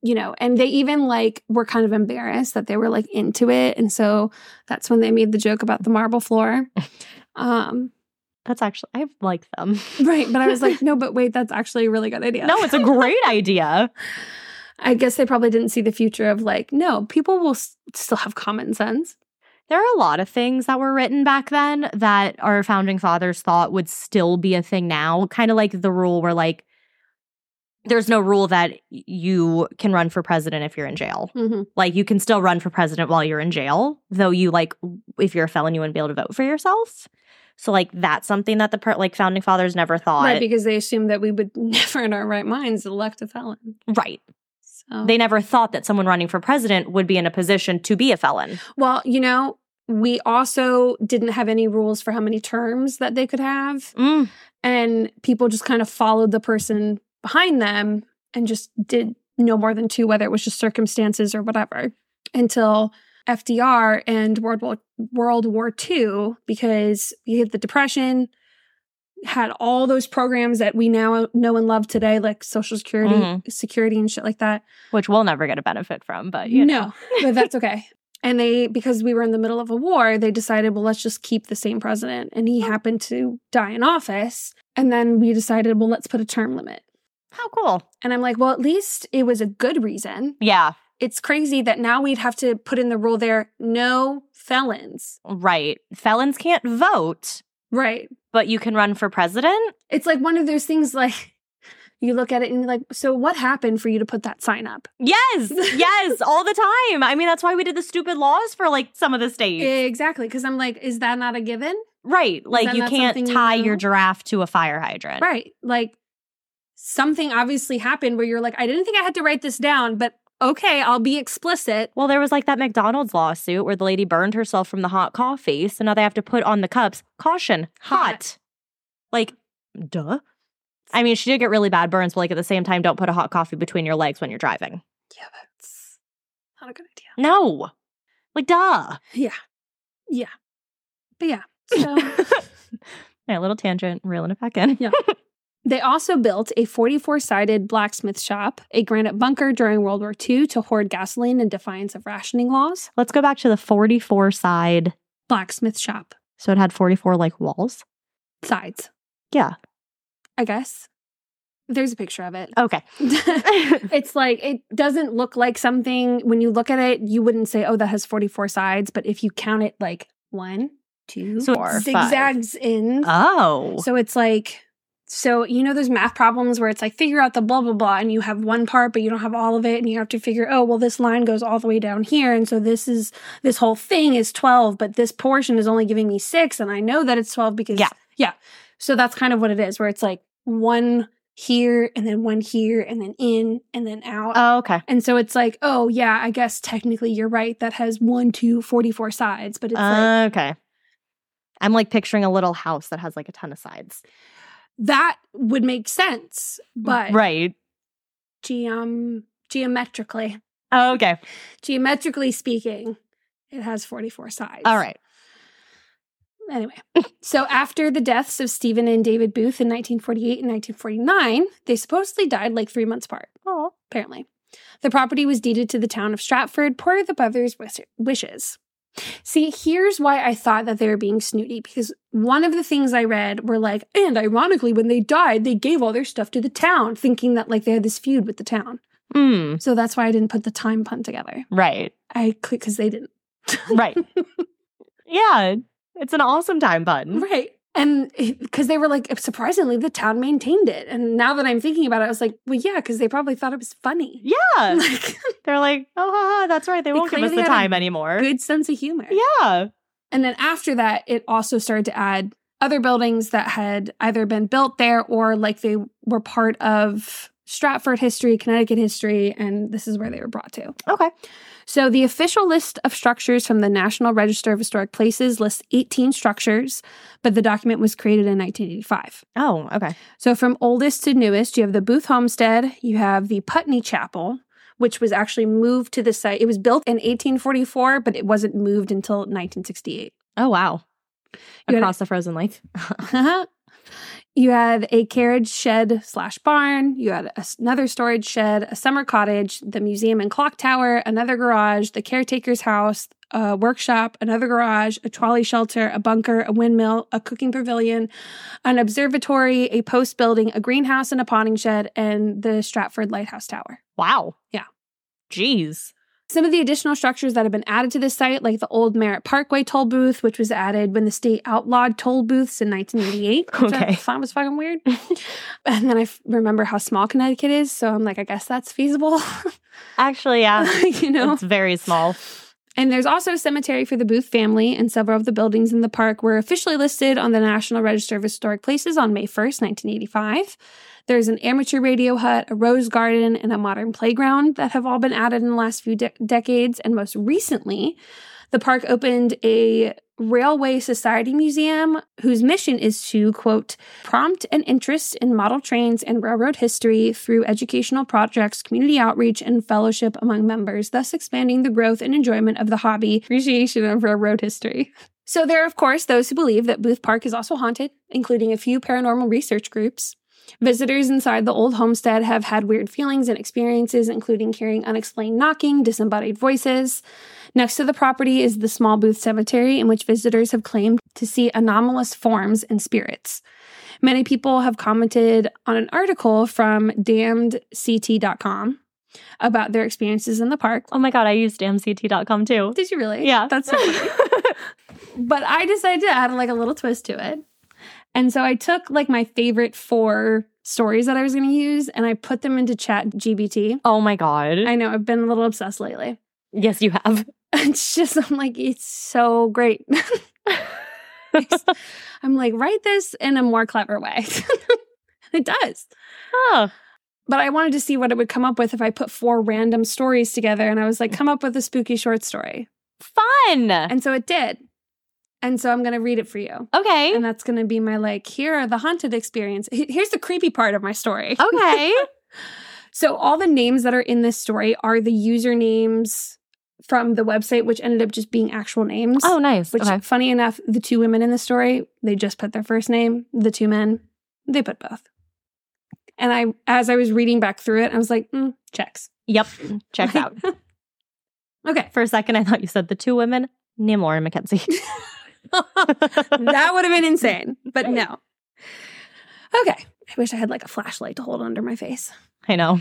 you know and they even like were kind of embarrassed that they were like into it and so that's when they made the joke about the marble floor um
That's actually I like them.
right but i was like no but wait that's actually a really good idea
No, it's a great idea.
i guess they probably didn't see the future of like no people will s- still have common sense
There are a lot of things that were written back then that our founding fathers thought would still be a thing now. Kind of like the rule where like there's no rule that you can run for president if you're in jail.
mm-hmm.
Like you can still run for president while you're in jail, though you like if you're a felon you wouldn't be able to vote for yourself. So like that's something that the per- like founding fathers never thought.
right because they assumed that we would never in our right minds elect a felon
right.
so
They never thought that someone running for president would be in a position to be a felon.
Well, you know, we also didn't have any rules for how many terms that they could have.
Mm.
And people just kind of followed the person behind them and just did no more than two, whether it was just circumstances or whatever, until FDR and World War, World War II, because you hit the Depression, had all those programs that we now know and love today, like Social Security,
Mhm.
security and shit like that
Which we'll never get a benefit from, but uh, you know.
no, but that's okay. And they, because we were in the middle of a war, they decided, well, let's just keep the same president. And
Oh.
he happened to die in office. And then we decided, well, let's put a term limit.
How cool.
And I'm like, well, at least it was a good reason.
Yeah.
It's crazy that now we'd have to put in the rule there no felons.
Right. Felons can't vote,
Right.
but you can run for president.
It's like one of those things like you look at it and you're like, so what happened for you to put that sign up?
Yes. Yes. all the time. I mean, that's why we did the stupid laws for like some of the states.
Exactly. Because I'm like, is that not a given?
right. Like
that
you
not
can't
something you
tie your
know?
giraffe to a fire hydrant.
Right. Like something obviously happened where you're like, I didn't think I had to write this down, but okay, I'll be explicit.
Well, there was like that McDonald's lawsuit where the lady burned herself from the hot coffee. So now they have to put on the cups caution, hot. Like, duh. I mean, she did get really bad burns, but like at the same time, don't put a hot coffee between your legs when you're driving.
Yeah, that's not a good idea.
No. Like, duh.
But yeah. So
My little tangent, reeling it back in.
they also built a 44 sided blacksmith shop, a granite bunker during World War II to hoard gasoline in defiance of rationing laws.
Let's go back to the 44 side.
Blacksmith shop
So it had 44 like walls.
sides.
Yeah.
I guess. There's a picture of it.
Okay.
It's like it doesn't look like something when you look at it, you wouldn't say, "Oh, that has 44 sides," but if you count it like one, two,
So it's five.
zigzags in.
oh.
So it's like so you know those math problems where it's like figure out the blah blah blah and you have one part but you don't have all of it and you have to figure, "Oh, well this line goes all the way down here and so this is this whole thing is 12, but this portion is only giving me 6 and I know that it's 12 because
Yeah.
yeah. So that's kind of what it is where it's like one here and then one here and then in and then out.
Oh, okay.
And so it's like, oh, yeah, I guess technically you're right. That has one, two, 44 sides, but it's like
okay. I'm like picturing a little house that has like a ton of sides.
that would make sense, but
right.
geom- geometrically,
Oh, okay.
geometrically speaking, it has 44 sides.
All right.
Anyway, so after the deaths of Stephen and David Booth in 1948 and 1949, they supposedly died like three months apart.
Oh.
apparently. The property was deeded to the town of Stratford per the brothers' wis- wishes. See, here's why I thought that they were being snooty because one of the things I read were like, and ironically, when they died, they gave all their stuff to the town, thinking that like they had this feud with the town.
Mm.
So that's why I didn't put the time pun together.
Right.
I clicked because they didn't.
Right. yeah. It's an awesome time button.
Right. And because they were like, surprisingly, the town maintained it. And now that I'm thinking about it, I was like, well, yeah, because they probably thought it was funny.
Yeah.
Like,
They're like, oh, ha, ha, that's right. They,
They
won't give us
clearly
the
had a
time anymore.
good sense of humor.
Yeah.
And then after that, it also started to add other buildings that had either been built there or like they were part of Stratford history, Connecticut history, and this is where they were brought to.
Okay.
So the official list of structures from the National Register of Historic Places lists 18 structures, but the document was created in 1985.
Oh, okay.
So from oldest to newest, you have the Booth Homestead, you have the Putney Chapel, which was actually moved to the site. It was built in 1844, but it wasn't moved until 1968.
Oh, wow.
You had-
Across the frozen lake.
you had a carriage shed slash barn. You had a- another storage shed, a summer cottage, the museum and clock tower, another garage, the caretaker's house, a workshop, another garage, a trolley shelter, a bunker, a windmill, a cooking pavilion, an observatory, a post building, a greenhouse, and a potting shed, and the Stratford Lighthouse Tower.
Wow.
Yeah.
Jeez.
Some of the additional structures that have been added to this site, like the old Merritt Parkway toll booth, which was added when the state outlawed toll booths in 1988, which I
Okay.
thought was fucking weird. and then I f- remember how small Connecticut is, so I'm like, I guess that's feasible,
Actually, yeah.
you know.
It's very small.
And there's also a cemetery for the Booth family, and several of the buildings in the park were officially listed on the National Register of Historic Places on May 1st, 1985. There's an amateur radio hut, a rose garden, and a modern playground that have all been added in the last few de- decades. And most recently, the park opened a Railway Society Museum, whose mission is to, quote, prompt an interest in model trains and railroad history through educational projects, community outreach, and fellowship among members, thus expanding the growth and enjoyment of the hobby, appreciation of railroad history. So, there are, of course, those who believe that Booth Park is also haunted, including a few paranormal research groups. Visitors inside the old homestead have had weird feelings and experiences, including hearing unexplained knocking, disembodied voices. Next to the property is the small Booth Cemetery, in which visitors have claimed to see anomalous forms and spirits. Many people have commented on an article from damnedct.com about their experiences in the park.
Oh my God. I used mct.com too.
Did you really?
Yeah.
That's so funny. but I decided to add like a little twist to it. And so I took like my favorite four stories that I was going to use and I put them into chat GBT.
oh my God.
I know I've been a little obsessed lately.
yes, you have.
It's just, I'm like, it's so great. I'm like, write this in a more clever way. it does.
Oh,
But I wanted to see what it would come up with if I put four random stories together. And I was like, come up with a spooky short story.
fun.
And so it did. And so I'm going to read it for you.
okay.
And that's going to be my like, here are the haunted experience. H- Here's the creepy part of my story.
Okay.
So all the names that are in this story are the usernames from the website, which ended up just being actual names.
oh, nice.
Which,
okay.
funny enough, the two women in the story, they just put their first name. The two men, they put both. And I, as I was reading back through it, I was like, mm, checks.
Yep. Check out.
Okay.
For a second, I thought you said the two women, Namor and Mackenzie.
That would have been insane, but no. Okay. I wish I had like a flashlight to hold under my face.
I know.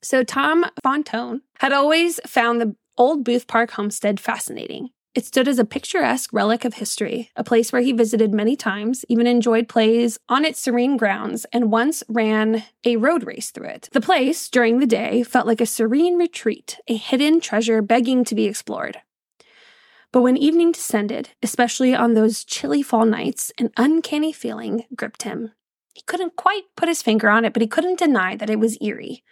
So Tom Fontone had always found the old Booth Park homestead fascinating. It stood as a picturesque relic of history, a place where he visited many times, even enjoyed plays on its serene grounds, and once ran a road race through it. The place, during the day, felt like a serene retreat, a hidden treasure begging to be explored. But when evening descended, especially on those chilly fall nights, an uncanny feeling gripped him. He couldn't quite put his finger on it, but he couldn't deny that it was eerie.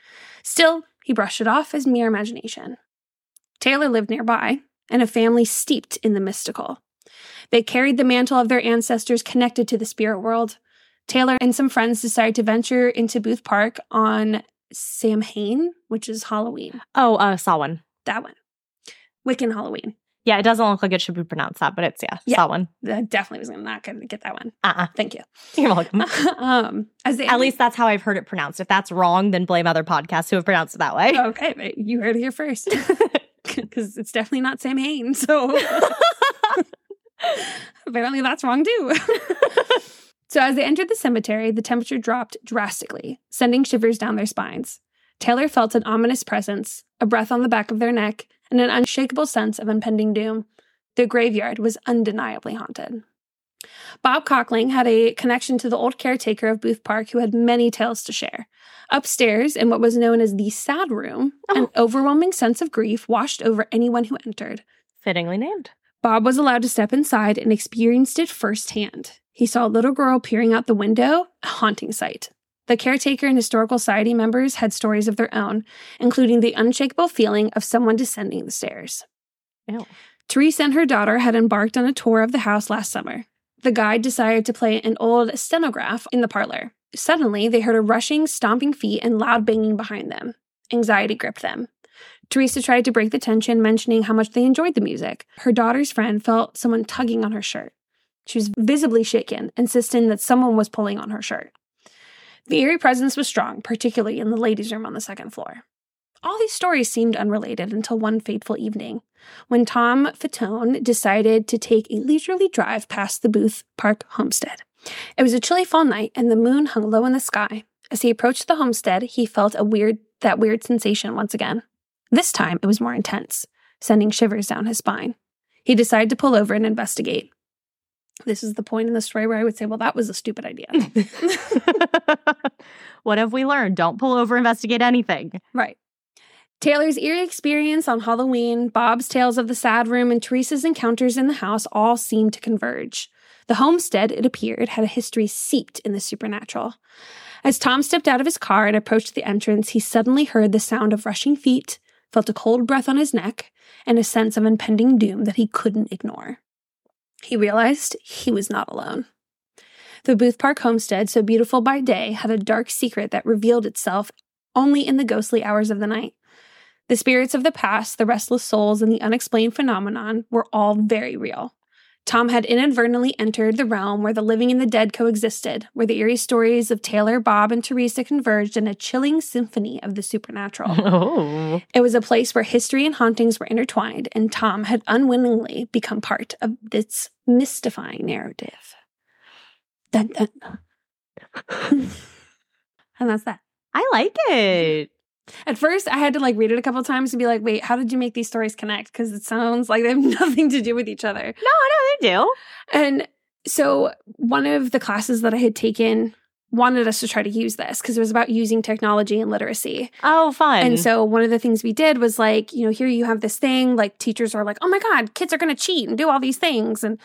Still, he brushed it off as mere imagination. Taylor lived nearby, and a family steeped in the mystical. They carried the mantle of their ancestors connected to the spirit world. Taylor and some friends decided to venture into Booth Park on Samhain, which is Halloween.
Oh, uh, saw one.
That one. Wiccan Halloween.
Yeah, it doesn't look like it should be pronounced that, but it's yeah,
Yeah.
saw one.
I definitely was not going to get that one.
Uh uh
Thank you.
You're welcome.
um, as they
At least that's how I've heard it pronounced. If that's wrong, then blame other podcasts who have pronounced it that way.
Oh, Okay, but you heard it here first. Because it's definitely not Samhain. So apparently that's wrong too. so as they entered the cemetery, the temperature dropped drastically, sending shivers down their spines. Taylor felt an ominous presence, a breath on the back of their neck, and an unshakable sense of impending doom. The graveyard was undeniably haunted. Bob Cockling had a connection to the old caretaker of Booth Park who had many tales to share. Upstairs, in what was known as the sad room, an overwhelming sense of grief washed over anyone who entered.
Fittingly named.
Bob was allowed to step inside and experienced it firsthand. He saw a little girl peering out the window, a haunting sight. The caretaker and historical society members had stories of their own, including the unshakable feeling of someone descending the stairs.
Ew.
Therese and her daughter had embarked on a tour of the house last summer. The guide decided to play an old stenograph in the parlor. Suddenly, they heard a rushing, stomping feet and loud banging behind them. Anxiety gripped them. Teresa tried to break the tension, mentioning how much they enjoyed the music. Her daughter's friend felt someone tugging on her shirt. She was visibly shaken, insisting that someone was pulling on her shirt. The eerie presence was strong, particularly in the ladies' room on the second floor. All these stories seemed unrelated until one fateful evening, when Tom Fatone decided to take a leisurely drive past the Booth Park homestead. It was a chilly fall night, and the moon hung low in the sky. As he approached the homestead, he felt a weird that weird sensation once again. This time, it was more intense, sending shivers down his spine. He decided to pull over and investigate. This is the point in the story where I would say, "Well, that was a stupid idea."
what have we learned? Don't pull over, investigate anything.
Right. Taylor's eerie experience on Halloween, Bob's tales of the sad room, and Teresa's encounters in the house all seemed to converge. The homestead, it appeared, had a history seeped in the supernatural. As Tom stepped out of his car and approached the entrance, he suddenly heard the sound of rushing feet, felt a cold breath on his neck, and a sense of impending doom that he couldn't ignore. He realized he was not alone. The Booth Park homestead, so beautiful by day, had a dark secret that revealed itself only in the ghostly hours of the night. The spirits of the past, the restless souls, and the unexplained phenomenon were all very real. Tom had inadvertently entered the realm where the living and the dead coexisted, where the eerie stories of Taylor, Bob, and Teresa converged in a chilling symphony of the supernatural.
Oh.
it was a place where history and hauntings were intertwined, and Tom had unwittingly become part of this mystifying narrative. Dun, dun, dun. and that's that.
I like it.
At first, I had to like read it a couple times and be like, wait, how did you make these stories connect? Because it sounds like they have nothing to do with each other.
No, no, they do.
And so, one of the classes that I had taken wanted us to try to use this because it was about using technology and literacy.
Oh, fun.
And so one of the things we did was like, you know, here you have this thing, like teachers are like, oh my God, kids are going to cheat and do all these things. And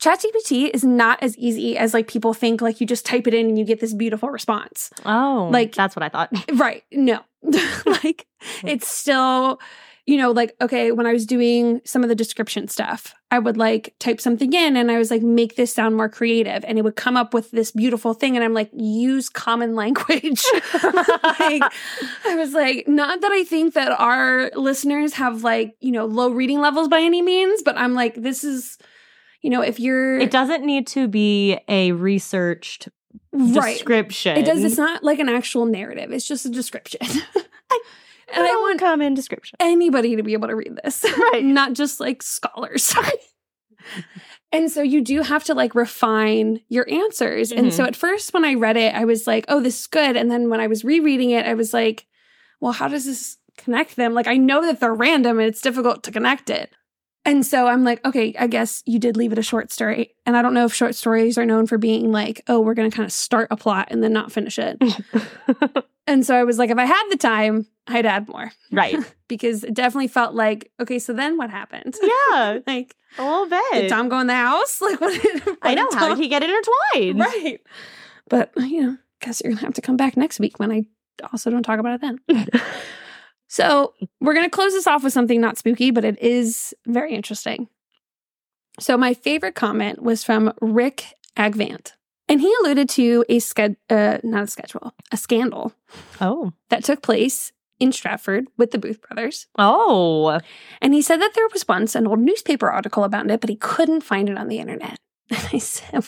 ChatGPT is not as easy as like people think, like you just type it in and you get this beautiful response.
oh,
like-
like that's what I thought.
Right. No. like it's still, you know, like, okay, when I was doing some of the description stuff, I would like type something in and I was like, make this sound more creative. And it would come up with this beautiful thing. And I'm like, use common language. like, I was like, not that I think that our listeners have like, you know, low reading levels by any means, but I'm like, this is, you know, if you're
it doesn't need to be a researched
right.
description.
It does. It's not like an actual narrative. It's just a description. and I want
common description.
anybody to be able to read this,
Right.
not just like scholars. and so you do have to like refine your answers. And so at first, when I read it, I was like, oh, this is good. And then when I was rereading it, I was like, well, how does this connect them? Like, I know that they're random and it's difficult to connect it. And so I'm like, okay, I guess you did leave it a short story. And I don't know if short stories are known for being like, oh, we're going to kind of start a plot and then not finish it. and so I was like, if I had the time, I'd add more
Right.
because it definitely felt like okay. So then what happened?
yeah.
Like
A little bit.
did Tom go in the house? Like what? Did, what
I know.
did
How did
Tom-
he get intertwined?
right? But you know, guess you're gonna have to come back next week when I also don't talk about it then. So we're gonna close this off with something not spooky, but it is very interesting. So my favorite comment was from Rick Agvant, and he alluded to a sched- uh, not a schedule, a scandal
Oh.
that took place in Stratford with the Booth brothers.
Oh.
And he said that there was once an old newspaper article about it, but he couldn't find it on the internet. And I said,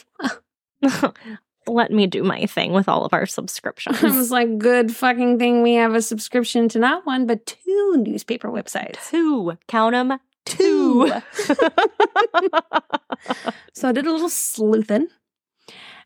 Let me do my thing with all of our subscriptions.
I was like, good fucking thing we have a subscription to not one, but two newspaper websites.
two. Count them. Two.
So I did a little sleuthing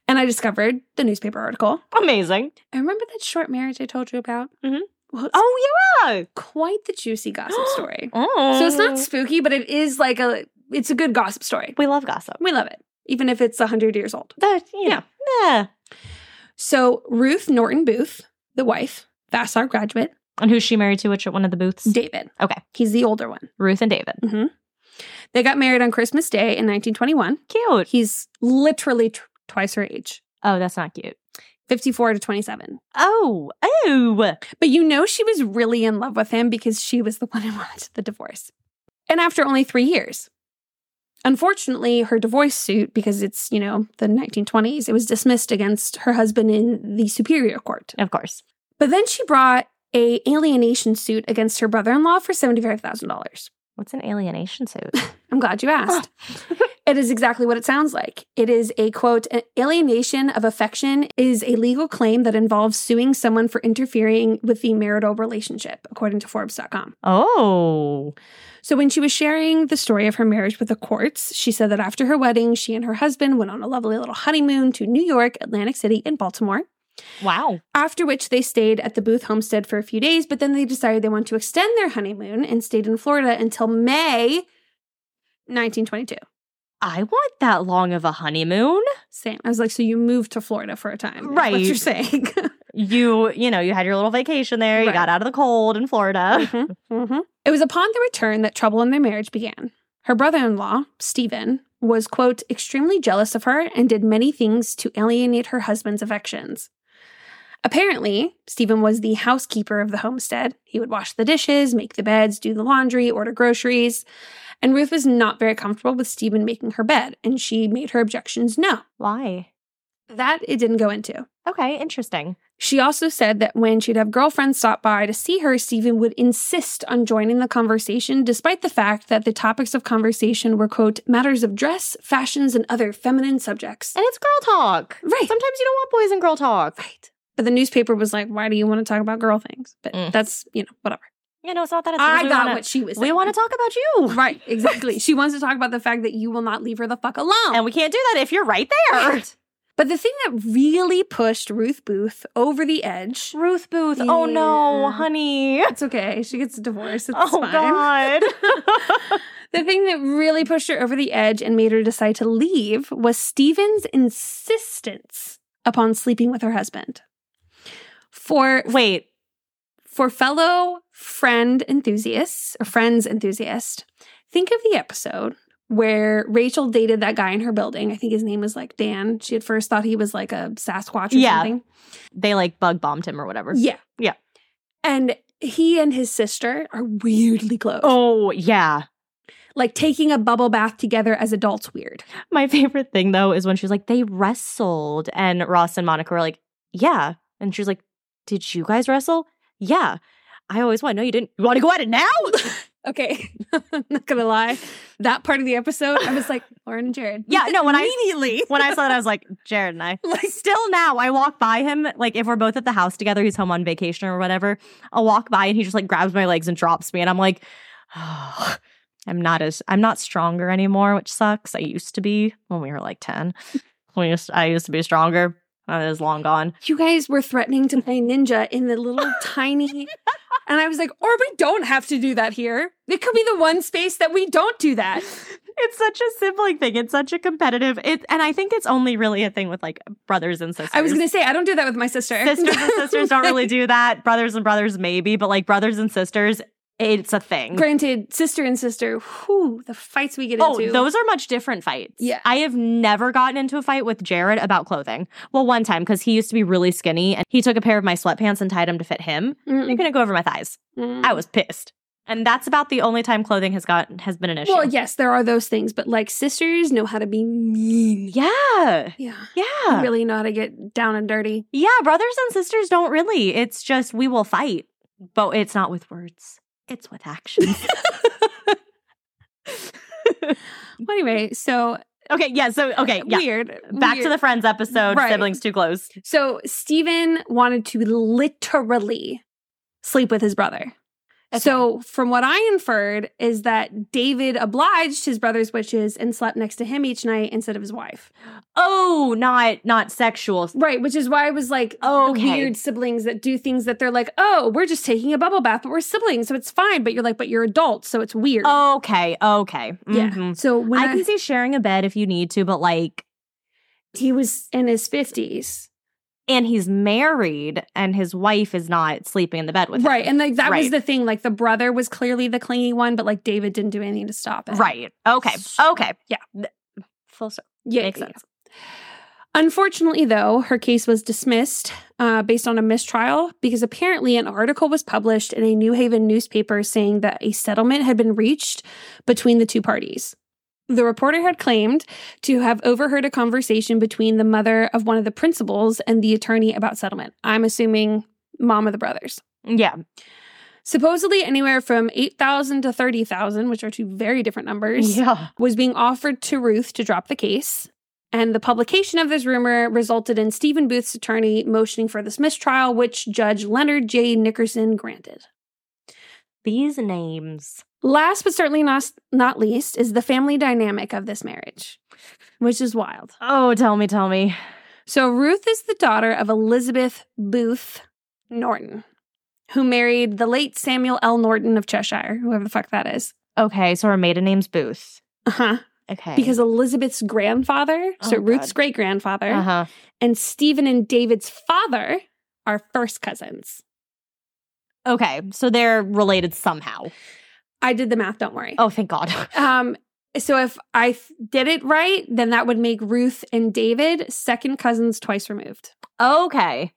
and I discovered the newspaper article.
Amazing.
I remember that short marriage I told you about.
Mhm.
Well, it's
Oh yeah.
quite the juicy gossip story.
Oh.
So it's not spooky, but it is like a, it's a good gossip story.
We love gossip.
We love it. even if it's 100 years old.
That, you know, yeah.
So Ruth Norton Booth, the wife, that's our graduate,
And who's she married to? Which one of the booths?
David.
Okay.
He's the older one. Mm-hmm.
Ruth and David.
They got married on Christmas Day in 1921.
Cute.
He's literally tw- twice her age,
Oh, that's not cute.
54 to 27.
Oh, oh.
But you know she was really in love with him because she was the one who wanted the divorce. And after only 3 years. Unfortunately, her divorce suit because it's, you know, the 1920s, it was dismissed against her husband in the superior court.
Of course.
But then she brought a alienation suit against her brother-in-law for $75,000.
What's an alienation suit?
I'm glad you asked. it is exactly what it sounds like. It is a quote, "An alienation of affection is a legal claim that involves suing someone for interfering with the marital relationship, according to Forbes.com.
oh.
So when she was sharing the story of her marriage with the courts, she said that after her wedding, she and her husband went on a lovely little honeymoon to New York, Atlantic City, and Baltimore.
Wow.
After which they stayed at the Booth homestead for a few days, but then they decided they wanted to extend their honeymoon and stayed in Florida until May 1922.
I want that long of a honeymoon.
Same. I was like, so you moved to Florida for a time. is What
Right.
you're saying.
You, you know, you had your little vacation there. You
Right.
got out of the cold in Florida.
Mhm, mhm. It was upon their return that trouble in their marriage began. Her brother in law, Stephen, was, quote, extremely jealous of her and did many things to alienate her husband's affections. Apparently, Stephen was the housekeeper of the homestead. He would wash the dishes, make the beds, do the laundry, order groceries. And Ruth was not very comfortable with Stephen making her bed, and she made her objections no.
Why?
That it didn't go into.
Okay, interesting.
She also said that when she'd have girlfriends stop by to see her, Stephen would insist on joining the conversation, despite the fact that the topics of conversation were, quote, matters of dress, fashions, and other feminine subjects.
And it's girl talk.
Right.
Sometimes you don't want boys and girl talk.
Right. But the newspaper was like, why do you want to talk about girl things? But
Mm.
that's, you know, whatever.
You know, it's not that it's
I
we
got
wanna-
what she was
we want to talk about you.
Right, exactly. she wants to talk about the fact that you will not leave her the fuck alone.
And we can't do that if you're right there.
Right. But the thing that really pushed Ruth Booth over the edge.
Ruth Booth. Oh no,
Yeah.
honey.
It's okay. She gets a divorce. It's
oh
fine.
God.
The thing that really pushed her over the edge and made her decide to leave was Stephen's insistence upon sleeping with her husband. For
Wait.
for fellow friend enthusiasts or friends enthusiast, think of the episode where Rachel dated that guy in her building. I think his name was like Dan. She at first thought he was like a Sasquatch or
Yeah.
something.
They like bug bombed him or whatever.
Yeah.
Yeah.
And he and his sister are weirdly close.
Oh yeah.
Like taking a bubble bath together as adults weird.
My favorite thing though is when she was like, they wrestled. And Ross and Monica were like, yeah. And she was like, did you guys wrestle? Yeah. I always want. No, you didn't. You want to go at it now?
Okay, I'm not gonna lie. That part of the episode, I was like, Lauren and Jared.
Yeah, no, when I-
immediately
when I saw that, I was like, Jared and I.
like
Still now, I walk by him. Like, if we're both at the house together, he's home on vacation or whatever. I'll walk by and he just like grabs my legs and drops me. And I'm like, oh, I'm not as, I'm not stronger anymore, which sucks. I used to be when we were like 10. We used, I used to be stronger. That is long gone.
you guys were threatening to play ninja in the little tiny, and I was like, or we don't have to do that here. It could be the one space that we don't do that.
It's such a sibling thing. It's such a competitive. It, and I think it's only really a thing with like brothers and sisters.
I was gonna say I don't do that with my sister.
sisters and sisters don't really do that. Brothers and brothers maybe, but like brothers and sisters, it's a thing.
Granted, sister and sister, whew, the fights we get
Oh,
into.
those are much different fights.
Yeah.
I have never gotten into a fight with Jared about clothing. Well, one time because he used to be really skinny and he took a pair of my sweatpants and tied them to fit him. You're
Mm,
gonna go over my thighs.
mm.
I was pissed. And that's about the only time clothing has gotten has been an issue.
Well, yes, there are those things, but like sisters know how to be mean.
yeah.
Yeah.
Yeah.
Really know how to get down and dirty.
Yeah, brothers and sisters don't really. It's just we will fight, but it's not with words. It's with action.
Well, anyway, so
okay, yeah, so okay, yeah.
weird.
Back to
weird.
the Friends episode,
Right.
siblings too close.
So Steven wanted to literally sleep with his brother.
Okay.
So, from what I inferred, is that David obliged his brother's wishes and slept next to him each night instead of his wife.
Oh, not not sexual.
Right, which is why I was like,
Oh,
the weird siblings that do things that they're like, oh, we're just taking a bubble bath, but we're siblings, so it's fine. But you're like, but you're adults, so it's weird.
Okay, okay.
yeah.
mhm.
So, when
Oh, I
I
can see sharing a bed if you need to, but like,
he was in his 50s.
and he's married, and his wife is not sleeping in the bed with him.
Right. And like, that was
Right.
the thing. Like, the brother was clearly the clingy one, but like, David didn't do anything to stop it.
Right. Okay. Okay.
Yeah.
Th- Full circle.
Yeah.
Makes
yeah,
sense.
yeah. Unfortunately, though, her case was dismissed uh, based on a mistrial because apparently an article was published in a New Haven newspaper saying that a settlement had been reached between the two parties. The reporter had claimed to have overheard a conversation between the mother of one of the principals and the attorney about settlement. I'm assuming mom of the brothers.
Yeah.
Supposedly anywhere from 8,000 to 30,000, which are two very different numbers
Yeah.
was being offered to Ruth to drop the case. And the publication of this rumor resulted in Stephen Booth's attorney motioning for this mistrial, which Judge Leonard J. Nickerson granted.
These names.
Last but certainly not, not least is the family dynamic of this marriage, which is wild.
Oh, tell me, tell me.
So, Ruth is the daughter of Elizabeth Booth Norton, who married the late Samuel L. Norton of Cheshire, whoever the fuck that is.
Okay, so her maiden name's Booth.
Uh huh.
Okay.
Because Elizabeth's grandfather, so
Oh,
Ruth's
God.
great grandfather,
uh huh.
and Stephen and David's father are first cousins.
Okay, so they're related somehow.
I did the math, don't worry.
Oh, thank God.
Um, so if I f- did it right, then that would make Ruth and David second cousins twice removed.
Okay.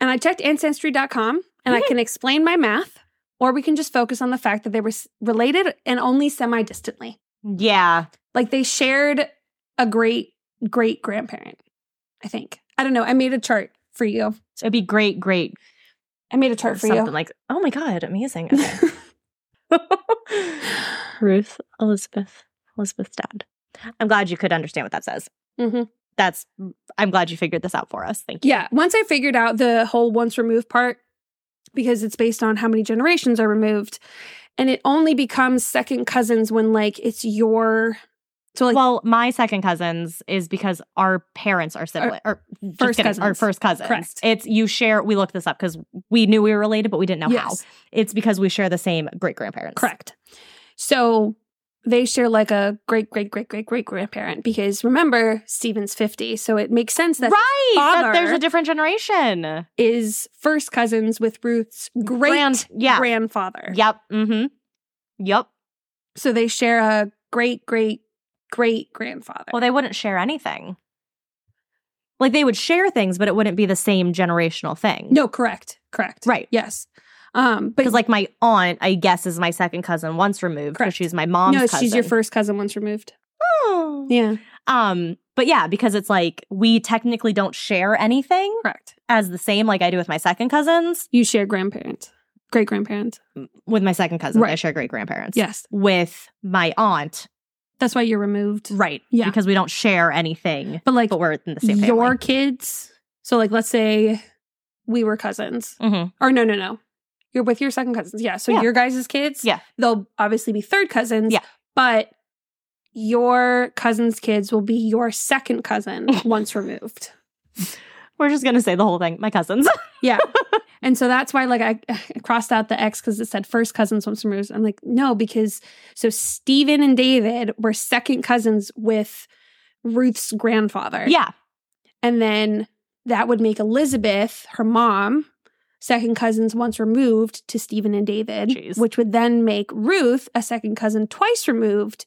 And I checked ancestry.com and I can explain my math, or we can just focus on the fact that they were s- related and only semi distantly.
Yeah.
Like they shared a great great grandparent, I think. I don't know. I made a chart for you.
So it'd be great, great.
I made a chart for
something
you.
like, oh my God, amazing. Okay. Ruth Elizabeth, Elizabeth's dad. I'm glad you could understand what that says.
Mhm.
That's, I'm glad you figured this out for us. Thank you.
Yeah. Once I figured out the whole once removed part, because it's based on how many generations are removed, and it only becomes second cousins when like it's your so like
well, my second cousins is because our parents are siblings, or just
first
kidding, our
cousins.
first cousins.
Correct.
It's you share. We looked this up because we knew we were related, but we didn't know how.
yes,
It's because we share the same great grandparents.
correct. So they share like a great great great great great grandparent because remember Stephen's fifty, so it makes sense that
right. that
father-
there's a different generation.
is first cousins with Ruth's great
Grand- yeah.
grandfather.
Yep. Mm-hmm. Yep.
So they share a great great great grandfather.
Well, they wouldn't share anything. Like they would share things, but it wouldn't be the same generational thing.
No, correct. Correct.
Right.
Yes. Um, but
Because like my aunt, I guess, is my second cousin once removed
Correct.
because she's my mom's
no,
cousin.
she's your first cousin once removed.
Oh.
Yeah.
Um, but yeah, because it's like we technically don't share anything
Correct.
as the same like I do with my second cousins.
You share grandparent, great grandparent.
With my second cousins, I
Right.
share great grandparents.
Yes.
With my aunt.
That's why you're removed.
Right.
Yeah.
Because we don't share anything,
But like
but we're in the same family.
your kids. So like, let's say we were cousins
Mhm.
or no, no, no. You're with your second cousins. Yeah. So
Yeah.
your guys' kids.
Yeah.
They'll obviously be third cousins.
Yeah.
But your cousin's kids will be your second cousin once removed.
We're just gonna say the whole thing. My cousins.
And so that's why, like, I I crossed out the X because it said first cousins once removed. I'm like, no, because so Stephen and David were second cousins with Ruth's grandfather.
yeah.
And then that would make Elizabeth, her mom, second cousins once removed to Stephen and David,
Jeez.
which would then make Ruth a second cousin twice removed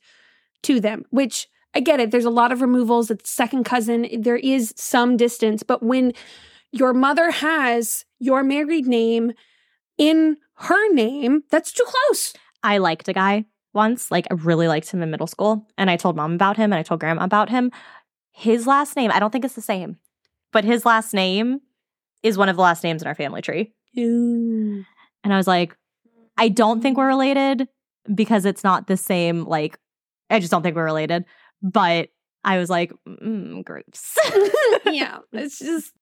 to them, which I get it. There's a lot of removals. It's second cousin. There is some distance. But when your mother has your married name in her name, that's too close.
I liked a guy once, like I really liked him in middle school, and I told mom about him and I told grandma about him. His last name, I don't think it's the same, but his last name is one of the last names in our family tree. And I was like, I don't think we're related because it's not the same. Like, I just don't think we're related. But I was like, mm, groups.
yeah, it's just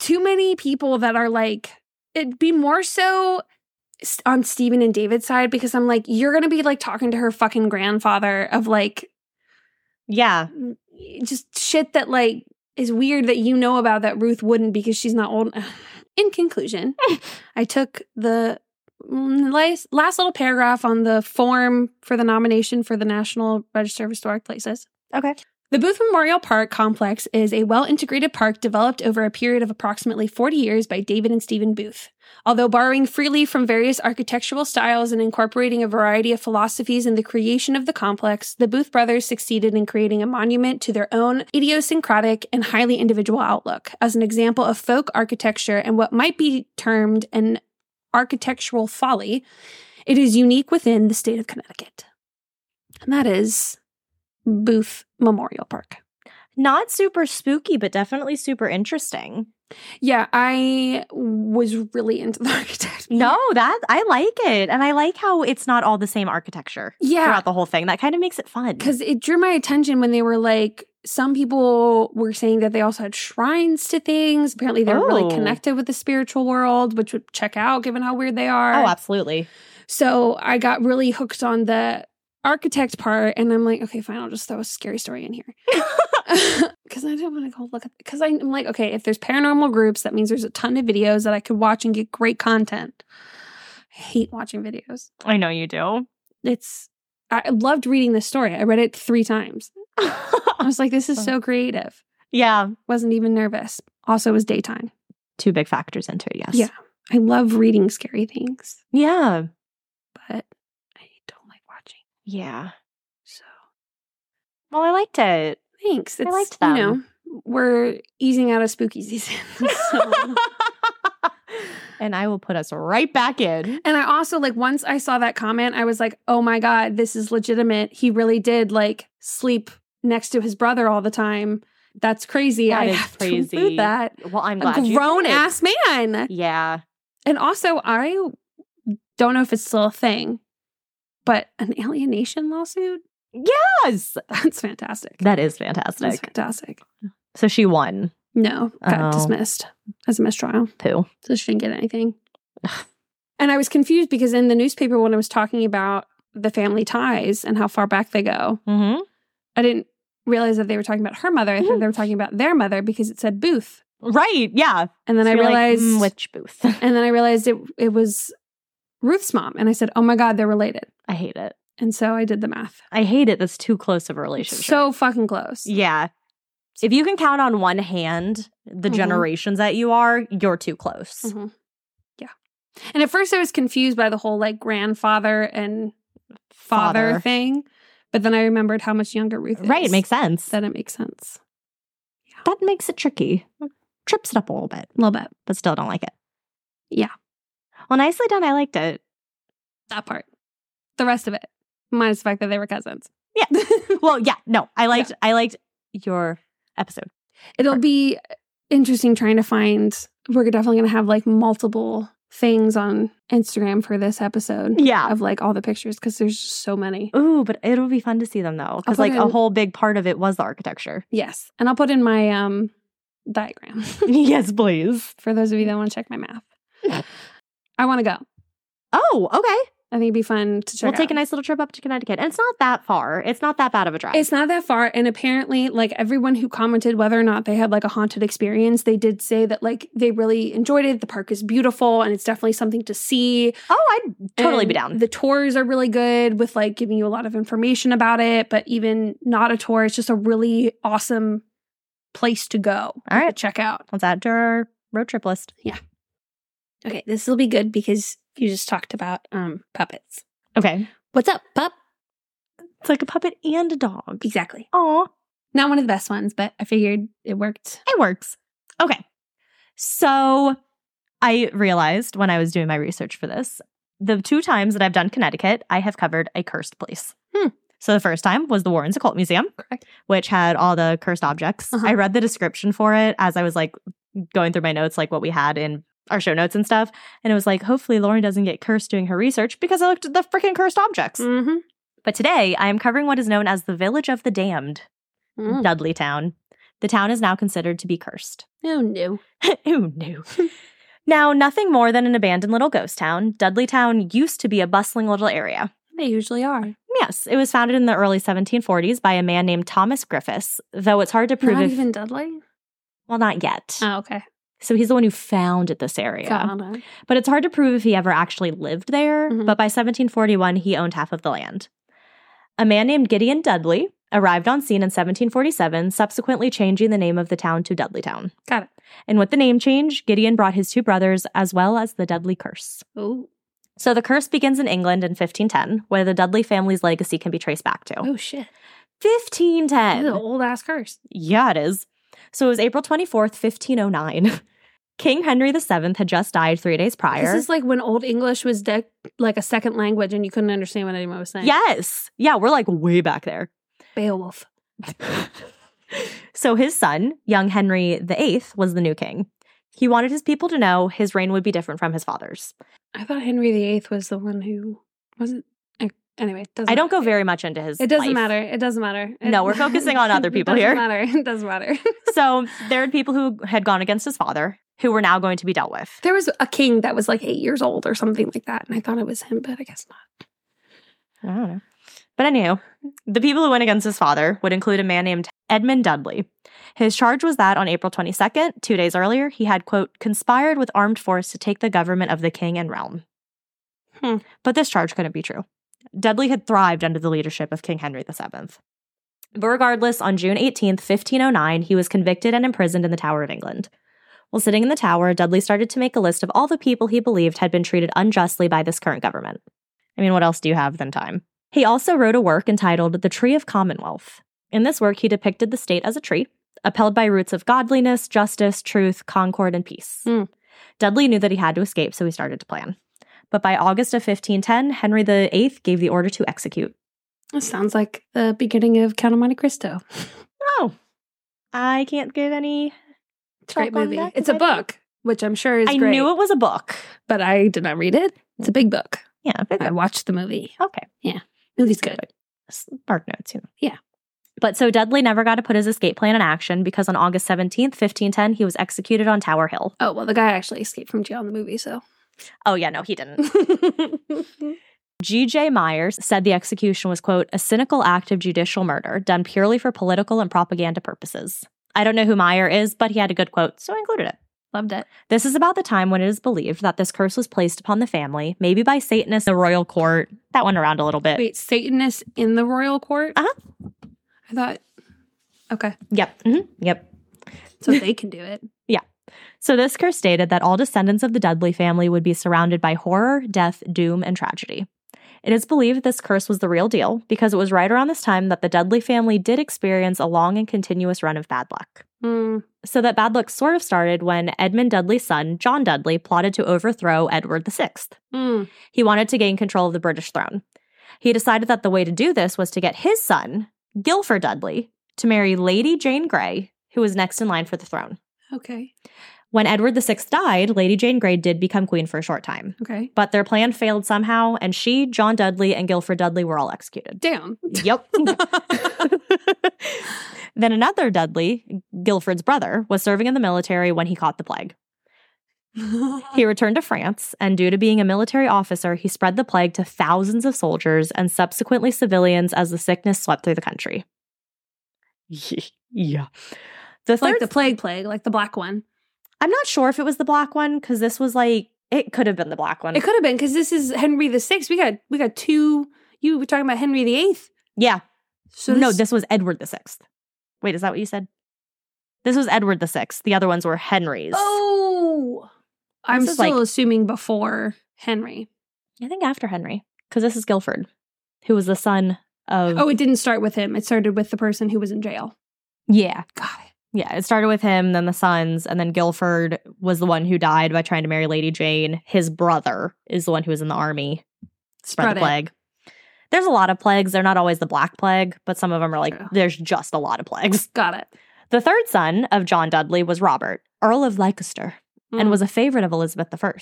too many people that are like, it'd be more so s- on Stephen and David's side because I'm like, you're gonna be like talking to her fucking grandfather of like
Yeah.
Mm, just shit that like is weird that you know about that Ruth wouldn't because she's not old. In conclusion, I took the mm, last, last little paragraph on the form for the nomination for the National Register of Historic Places.
Okay.
The Booth Memorial Park complex is a well integrated park developed over a period of approximately 40 years by David and Stephen Booth. Although borrowing freely from various architectural styles and incorporating a variety of philosophies in the creation of the complex, the Booth brothers succeeded in creating a monument to their own idiosyncratic and highly individual outlook, as an example of folk architecture and what might be termed an architectural folly. It is unique within the state of Connecticut. And that is Booth Memorial Park.
Not super spooky, but definitely super interesting.
Yeah, I was really into the architect.
No, that I like it. And I like how it's not all the same architecture
Yeah,
throughout the whole thing. That kind of makes it fun.
because it drew my attention when they were like, some people were saying that they also had shrines to things. Apparently, they're
Oh.
really connected with the spiritual world, which would check out given how weird they are.
Oh, absolutely.
So I got really hooked on the architect part, and I'm like, okay, fine, I'll just throw a scary story in here. Because I didn't want to go look at, because I'm like, okay, if there's paranormal groups, that means there's a ton of videos that I could watch and get great content. I hate watching videos.
I know you do.
It's, I loved reading this story. I read it three times. I was like, this is so creative.
yeah.
Wasn't even nervous. Also, it was daytime.
Two big factors into it, yes.
Yeah. I love reading scary things,
Yeah.
but I don't like watching.
Yeah.
So.
Well, I liked it.
Thanks. It's,
liked
You know, we're easing out of spooky season. so.
and I will put us right back in.
And I also like once I saw that comment, I was like, "Oh my god, this is legitimate. He really did like sleep next to his brother all the time. That's crazy.
That
I
is
have to
crazy.
include that.
Well, I'm glad
A
you did.
grown ass man.
Yeah.
And also, I don't know if it's still a thing, but an alienation lawsuit.
Yes.
That's fantastic.
That is
That's
fantastic.
fantastic.
So she won.
No, got
Oh.
dismissed as a mistrial.
Pooh.
so she didn't get anything. and I was confused because in the newspaper when I was talking about the family ties and how far back they go,
Mm-hmm.
I didn't realize that they were talking about her mother. I thought they were talking about their mother because it said Booth.
Right. Yeah.
And then
So
I
you're like,
realized,
mm, which booth.
and then I realized it it was Ruth's mom, and I said, "Oh my God, they're related."
I hate it.
And so I did the math.
I hate it. That's too close of a relationship.
So fucking close.
yeah. If you can count on one hand the
Mhm.
generations that you are, you're too close.
Mhm. Yeah. And at first I was confused by the whole like grandfather and father,
Father.
thing, but then I remembered how much younger Ruth is.
Right. It makes sense.
Then it makes sense.
that makes it tricky. Trips it up a little bit.
A little bit.
but still don't like it.
Yeah.
Well, nicely done. I liked it.
That part. The rest of it. Minus the fact that they were cousins.
Yeah. Well, yeah, no, I liked I liked your episode.
It'll be interesting trying to find. We're definitely going to have like multiple things on Instagram for this episode
Yeah.
of like all the pictures because there's just so many.
Ooh, but it'll be fun to see them though, because
put
like a
in-
whole big part of it was the architecture.
Yes. And I'll put in my um diagram
yes, please.
for those of you that want to check my math. I want to go.
Oh, okay.
I think it'd be fun to check
we'll take a
out.
nice little trip up to Connecticut, and it's not that far. It's not that bad of a drive.
It's not that far. And apparently, like everyone who commented whether or not they had like a haunted experience, they did say that like they really enjoyed it. The park is beautiful and it's definitely something to see.
oh, I'd totally
And
be down.
The tours are really good with like giving you a lot of information about it, but even not a tour, it's just a really awesome place to go.
All
To
right,
check out.
let's add to our road trip list.
Okay, this will be good because you just talked about um puppets.
Okay,
What's up, pup?
it's like a puppet and a dog.
Exactly.
Aw,
Not one of the best ones, but I figured it worked.
It works. Okay. So I realized when I was doing my research for this, the two times that I've done Connecticut, I have covered a cursed place.
Hmm.
So the first time was the Warren's Occult Museum,
Correct.
which had all the cursed objects.
Uh-huh.
I read the description for it as I was like going through my notes, like what we had in our show notes and stuff. And it was like, hopefully Lauren doesn't get cursed doing her research because I looked at the freaking cursed objects.
Mm-hmm.
But today I am covering what is known as the Village of the Damned,
Mm-hmm. Mm.
Dudley Town. The town is now considered to be cursed.
Oh no.
Who knew? Now, nothing more than an abandoned little ghost town, Dudley Town used to be a bustling little area.
They usually are.
Yes, it was founded in the early 1740s by a man named Thomas Griffiths, though it's hard to prove
Not
if.
even Dudley.
well, not yet.
Oh, okay.
so he's the one who founded this area.
Got it.
But it's hard to prove if he ever actually lived there.
Mhm.
But by 1741, he owned half of the land. A man named Gideon Dudley arrived on scene in 1747, subsequently changing the name of the town to Dudleytown.
Got it.
And with the name change, Gideon brought his two brothers as well as the Dudley curse.
Oh,
So the curse begins in England in 1510, where the Dudley family's legacy can be traced back to.
oh shit. This
1510.
is an old ass curse.
Yeah, it is. So it was April 24th, 1509. King Henry VII had just died three days prior.
This is like when Old English was de- like a second language and you couldn't understand what anyone was saying.
Yes. Yeah, we're like way back there.
Beowulf.
so his son, young Henry VIII, was the new king. He wanted his people to know his reign would be different from his father's.
I thought Henry VIII was the one who wasn't. I- Anyway, it doesn't
I don't go very much into his
It doesn't
life.
matter. It doesn't matter. It-
No, we're focusing on other people
it doesn't
here.
Matter. It doesn't matter.
so there are people who had gone against his father who were now going to be dealt with.
There was a king that was like eight years old or something like that, and I thought it was him, but I guess not.
I don't know. But anywho, the people who went against his father would include a man named Edmund Dudley. His charge was that on April 22nd, two days earlier, he had, quote, conspired with armed force to take the government of the king and realm.
Hmm.
But this charge couldn't be true. Dudley had thrived under the leadership of King Henry VII. But regardless, on June 18th, 1509, he was convicted and imprisoned in the Tower of England. While sitting in the tower, Dudley started to make a list of all the people he believed had been treated unjustly by this current government. I mean, what else do you have than time? He also wrote a work entitled The Tree of Commonwealth. In this work, he depicted the state as a tree, upheld by roots of godliness, justice, truth, concord, and peace.
Hmm.
Dudley knew that he had to escape, so he started to plan. But by August of 1510, Henry VIII gave the order to execute.
This sounds like the beginning of Count of Monte Cristo.
Oh, I can't give any.
It's a great
Talk on
movie.
that,
It's a
'cause I
book, which I'm sure is
I
great,
knew it was a book.
but I did not read it. It's a big book.
Yeah. but-
I watched the movie.
Okay.
Movie's good.
Spark notes, you know.
Yeah.
But so Dudley never got to put his escape plan in action because on August 17th, 1510, he was executed on Tower Hill.
Oh well, the guy actually escaped from jail in the movie, so
Oh, yeah, no, he didn't. G.J. Myers said the execution was, quote, a cynical act of judicial murder done purely for political and propaganda purposes. I don't know who Meyer is, but he had a good quote, so I included it.
loved it.
This is about the time when it is believed that this curse was placed upon the family, maybe by Satanists, the royal court. That went around a little bit.
Wait, Satanists in the royal court?
Uh-huh.
I thought. Okay,
Yep. hmm Yep.
so they can do it.
So this curse stated that all descendants of the Dudley family would be surrounded by horror, death, doom, and tragedy. It is believed this curse was the real deal because it was right around this time that the Dudley family did experience a long and continuous run of bad luck.
Hmm.
So that bad luck sort of started when Edmund Dudley's son, John Dudley, plotted to overthrow Edward VI.
Hmm.
He wanted to gain control of the British throne. He decided that the way to do this was to get his son, Guilford Dudley, to marry Lady Jane Grey, who was next in line for the throne.
Okay.
When Edward VI died, Lady Jane Grey did become queen for a short time.
Okay.
But their plan failed somehow, and she, John Dudley, and Guilford Dudley were all executed.
Damn.
Yep. then another Dudley, Guilford's brother, was serving in the military when he caught the plague. He returned to France, and due to being a military officer, he spread the plague to thousands of soldiers and subsequently civilians as the sickness swept through the country. Yeah. The
It's like
third
the plague plague, like the black one.
I'm not sure if it was the black one because this was like it could have been the black one.
It could have been because this is Henry the Sixth. We got we got two. You were talking about Henry the Eighth.
yeah.
So
no, this was Edward the Sixth. Wait, is that what you said? This was Edward the Sixth. The other ones were Henry's.
Oh, I'm
This is
still
like-
assuming before Henry.
I think after Henry because this is Guilford, who was the son of.
Oh, it didn't start with him. It started with the person who was in jail.
yeah,
Got it.
yeah. It started with him, then the sons, and then Guilford was the one who died by trying to marry Lady Jane. His brother is the one who was in the army. Spread,
Spread it.
the plague. There's a lot of plagues. They're not always the Black Plague, but some of them are like
True.
there's just a lot of plagues.
Got it.
The third son of John Dudley was Robert, Earl of Leicester, and
Mm.
was a favorite of Elizabeth I.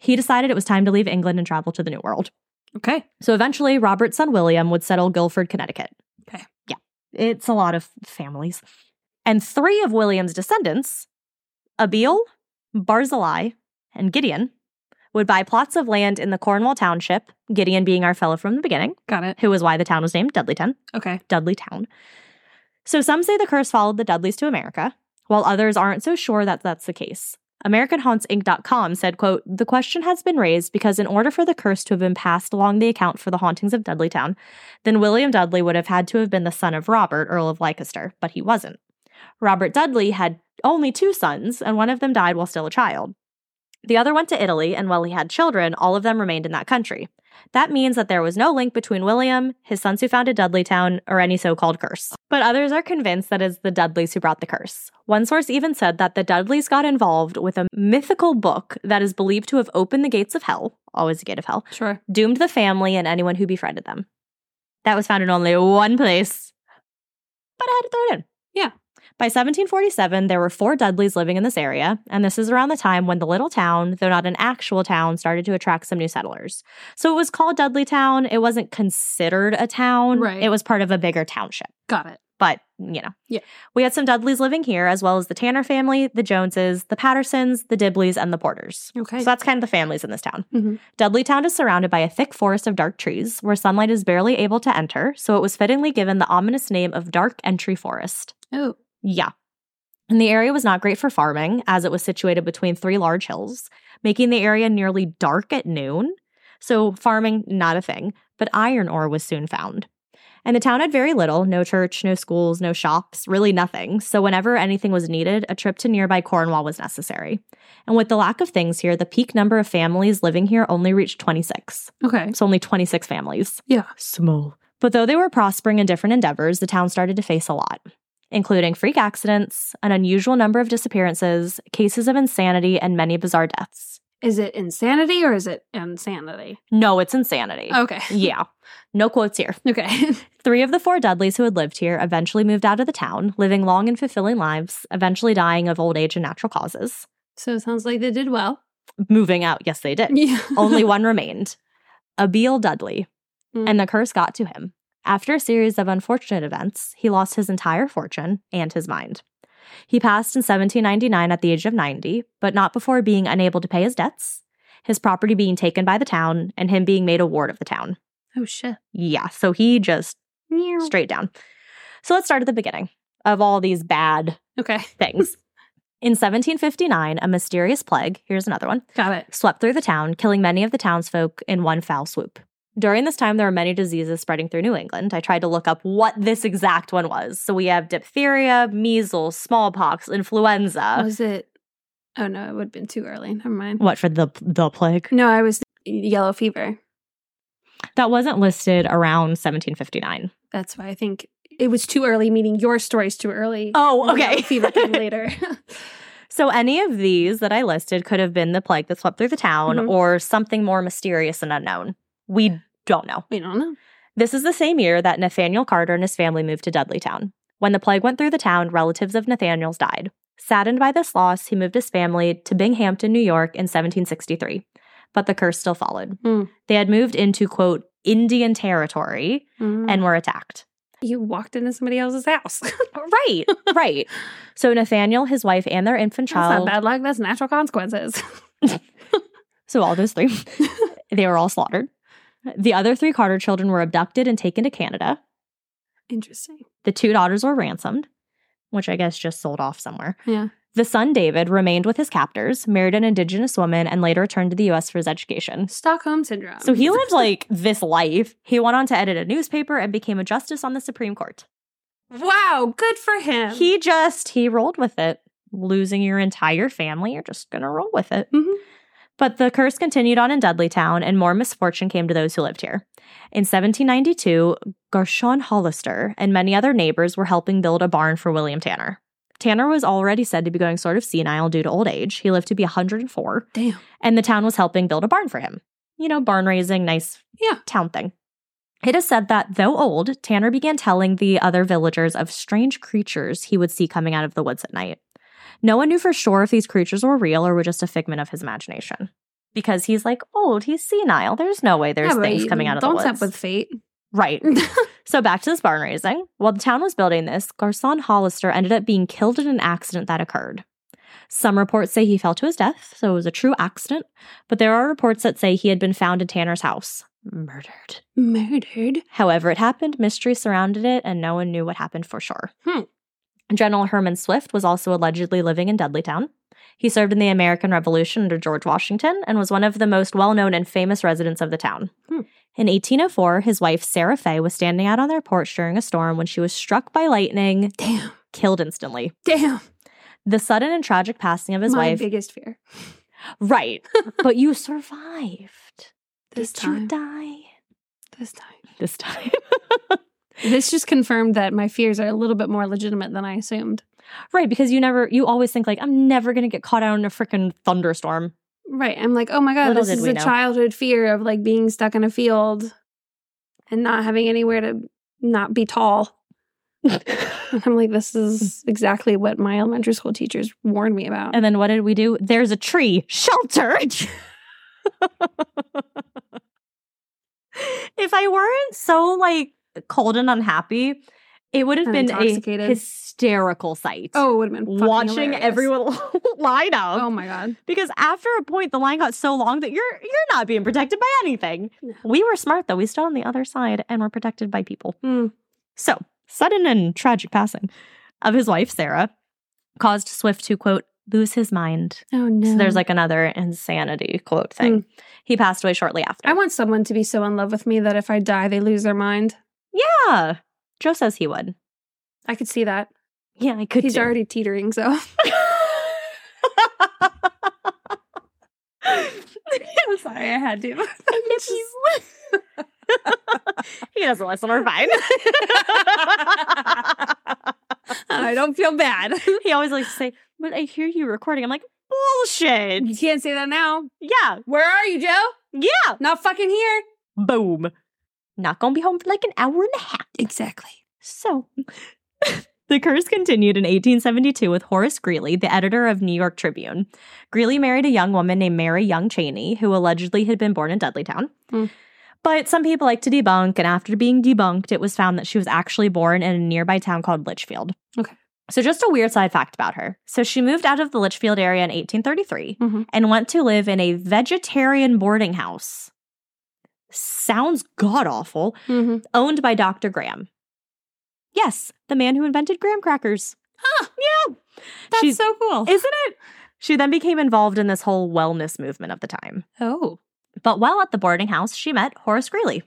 He decided it was time to leave England and travel to the New World.
okay.
So eventually, Robert's son William would settle Guilford, Connecticut.
Okay.
Yeah. It's a lot of families. And three of William's descendants, Abiel, Barzillai, and Gideon would buy plots of land in the Cornwall township, Gideon being our fellow from the beginning,
Got it.
who was why the town was named Dudleyton,
Okay.
Dudley Town. So some say the curse followed the Dudleys to America, while others aren't so sure that that's the case. AmericanHauntsInc.com said, quote, The question has been raised because in order for the curse to have been passed along the account for the hauntings of Dudleytown, then William Dudley would have had to have been the son of Robert, Earl of Leicester, but he wasn't. Robert Dudley had only two sons, and one of them died while still a child. The other went to Italy, and while he had children, all of them remained in that country. That means that there was no link between William, his sons who founded Dudleytown, or any so called curse. But others are convinced that it's the Dudleys who brought the curse. One source even said that the Dudleys got involved with a mythical book that is believed to have opened the gates of hell, always a gate of hell,
Sure.
doomed the family and anyone who befriended them. That was found in only one place, but I had to throw it in.
Yeah.
By 1747, there were four Dudleys living in this area, and this is around the time when the little town, though not an actual town, started to attract some new settlers. So it was called Dudley Town. It wasn't considered a town,
Right.
it was part of a bigger township
Got it.
but you know.
Yeah.
We had some Dudleys living here, as well as the Tanner family, the Joneses, the Pattersons, the Dibleys, and the Porters.
Okay.
So that's kind of the families in this town.
Mhm.
Dudley Town is surrounded by a thick forest of dark trees where sunlight is barely able to enter, so it was fittingly given the ominous name of Dark Entry Forest.
Oh.
Yeah. And the area was not great for farming, as it was situated between three large hills, making the area nearly dark at noon. So, farming, not a thing, but iron ore was soon found. And the town had very little no church, no schools, no shops, really nothing. So, whenever anything was needed, a trip to nearby Cornwall was necessary. And with the lack of things here, the peak number of families living here only reached 26.
Okay.
It's only 26 families.
Yeah.
Small. But though they were prospering in different endeavors, the town started to face a lot, including freak accidents, an unusual number of disappearances, cases of insanity, and many bizarre deaths.
Is it insanity or is it insanity?
No, it's insanity.
Okay.
Yeah. No quotes here.
Okay.
Three of the four Dudleys who had lived here eventually moved out of the town, living long and fulfilling lives, eventually dying of old age and natural causes.
so it sounds like they did well.
Moving out, yes, they did.
Yeah.
Only one remained Abiel Dudley.
Mm.
And the curse got to him. After a series of unfortunate events, he lost his entire fortune and his mind. He passed in 1799 at the age of 90, but not before being unable to pay his debts, his property being taken by the town, and him being made a ward of the town.
Oh shit.
Yeah, so he just
Straight.
straight down. So let's start at the beginning of all these bad
Okay.
things. In 1759, a mysterious plague, here's another one,
Got it.
swept through the town, killing many of the townsfolk in one foul swoop. During this time, there were many diseases spreading through New England. I tried to look up what this exact one was. So we have diphtheria, measles, smallpox, influenza.
was it? Oh no, it would have been too early. Never mind.
What for the the plague?
No, I was yellow fever.
That wasn't listed around 1759.
That's why I think it was too early. Meaning your story's too early.
Oh,
Yellow fever came later.
so any of these that I listed could have been the plague that swept through the town
Mhm.
or something more mysterious and unknown. We don't know.
we don't know.
This is the same year that Nathaniel Carter and his family moved to Dudleytown. When the plague went through the town, relatives of Nathaniel's died. Saddened by this loss, he moved his family to Binghamton, New York in 1763. But the curse still followed.
Hmm.
They had moved into, quote, Indian territory
Mm.
and were attacked.
you walked into somebody else's house. That's
Right, right. So Nathaniel, his wife, and their infant
not
child.
bad luck. That's natural consequences.
So all those three, they were all slaughtered. The other three Carter children were abducted and taken to Canada.
Interesting.
The two daughters were ransomed, which I guess just sold off somewhere.
Yeah.
The son, David, remained with his captors, married an indigenous woman, and later returned to the US for his education.
Stockholm syndrome.
So he lived like this life. He went on to edit a newspaper and became a justice on the Supreme Court.
Wow, good for him.
He just, he rolled with it. Losing your entire family, you're just going to roll with it.
Mhm.
But the curse continued on in Dudleytown, and more misfortune came to those who lived here. In 1792, Gershon Hollister and many other neighbors were helping build a barn for William Tanner. Tanner was already said to be going sort of senile due to old age. He lived to be 104,
Damn.
and the town was helping build a barn for him. You know, barn raising, nice
Yeah.
town thing. It is said that, though old, Tanner began telling the other villagers of strange creatures he would see coming out of the woods at night. No one knew for sure if these creatures were real or were just a figment of his imagination. Because he's like old, he's senile. There's no way there's
Yeah, but
things
you
coming out of
Don't
the
step
woods.
with fate.
right. So back to this barn raising. While the town was building this, Garcon Hollister ended up being killed in an accident that occurred. Some reports say he fell to his death, so it was a true accident, but there are reports that say he had been found in Tanner's house, murdered.
Murdered.
However, it happened, mystery surrounded it, and no one knew what happened for sure.
Hmm.
General Herman Swift was also allegedly living in Dudleytown. He served in the American Revolution under George Washington and was one of the most well known and famous residents of the town.
Hmm.
In 1804, his wife, Sarah Fay, was standing out on their porch during a storm when she was struck by lightning,
Damn.
killed instantly.
Damn.
The sudden and tragic passing of his
My
wife.
biggest fear.
right. but you survived.
This
Did
time.
you die
This time.
this time?
This just confirmed that my fears are a little bit more legitimate than I assumed.
Right, because you never, you always think like, I'm never gonna get caught out in a freaking thunderstorm.
Right. I'm like, oh my God,
Little
this
did
is
we
a
know.
childhood fear of like being stuck in a field and not having anywhere to not be tall. And I'm like, this is exactly what my elementary school teachers warned me about.
And then what did we do? There's a tree, shelter. if I weren't so like cold and unhappy, it would have
And
been a
intoxicated.
hysterical sight.
oh, it would have been fucking
watching
hilarious.
everyone line up.
Oh my God.
Because after a point, the line got so long that you're you're not being protected by anything.
No.
We were smart though; we stood on the other side and were protected by people.
Hmm.
So sudden and tragic passing of his wife Sarah caused Swift to quote lose his mind.
Oh no.
So there's like another insanity quote thing. He passed away shortly after.
Mm. Hmm. I want someone to be so in love with me that if I die, they lose their mind.
yeah, Ah, Joe says he would.
I could see that.
Yeah, I could.
He's
too.
already teetering, so
I'm sorry.
I had to.
If he's- he doesn't listen. We're fine.
I don't feel bad.
he always likes to say, "But I hear you recording." I'm like, "Bullshit."
You can't say that now.
Yeah,
Where are you, Joe?
yeah.
Not fucking here.
Boom. Not gonna be home for like an hour and a half.
Exactly.
So. The curse continued in 1872 with Horace Greeley, the editor of New York Tribune. Greeley married a young woman named Mary Young Cheney, who allegedly had been born in Dudleytown.
Hmm.
But some people like to debunk, and after being debunked, it was found that she was actually born in a nearby town called Litchfield.
Okay.
So just a weird side fact about her. So she moved out of the Litchfield area in 1833
Mhm.
and went to live in a vegetarian boarding house. Sounds god awful.
Mm-hmm.
Owned by Dr. Graham. Yes, the man who invented graham crackers.
Huh.
Yeah.
That's
She's-
so cool.
Isn't it? She then became involved in this whole wellness movement of the time.
oh.
But while at the boarding house, she met Horace Greeley.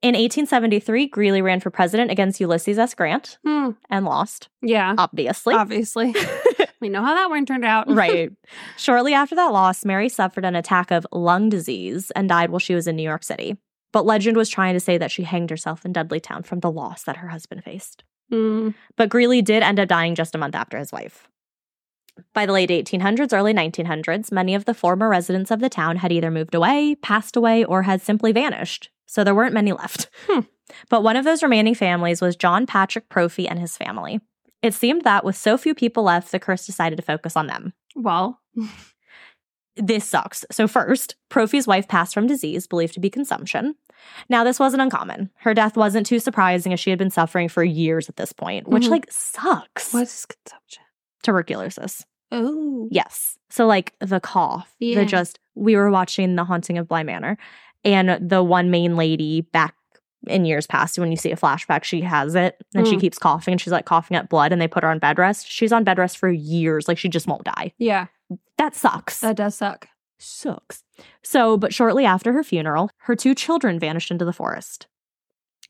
In 1873, Greeley ran for president against Ulysses S. Grant
Hmm.
and lost,
Yeah.
obviously.
Obviously. we know how that one turned out.
right. Shortly after that loss, Mary suffered an attack of lung disease and died while she was in New York City. But legend was trying to say that she hanged herself in Dudleytown from the loss that her husband faced.
Mm.
But Greeley did end up dying just a month after his wife. By the late 1800s, early 1900s, many of the former residents of the town had either moved away, passed away, or had simply vanished. So there weren't many left.
Hmm.
But one of those remaining families was John Patrick Profi and his family. It seemed that with so few people left, the curse decided to focus on them.
Well.
This sucks. So, first, Profi's wife passed from disease believed to be consumption. Now, this wasn't uncommon. Her death wasn't too surprising as she had been suffering for years at this point, which,
Mhm.
like, sucks
What is consumption?
tuberculosis.
Oh.
Yes. So like the cough,
Yeah.
the just we were watching The Haunting of Bly Manor and the one main lady back in years past when you see a flashback she has it and she
Mm.
keeps coughing and she's like coughing up blood and they put her on bed rest. She's on bed rest for years like she just won't die.
Yeah.
That sucks.
That does suck.
sucks. So, but shortly after her funeral, her two children vanished into the forest.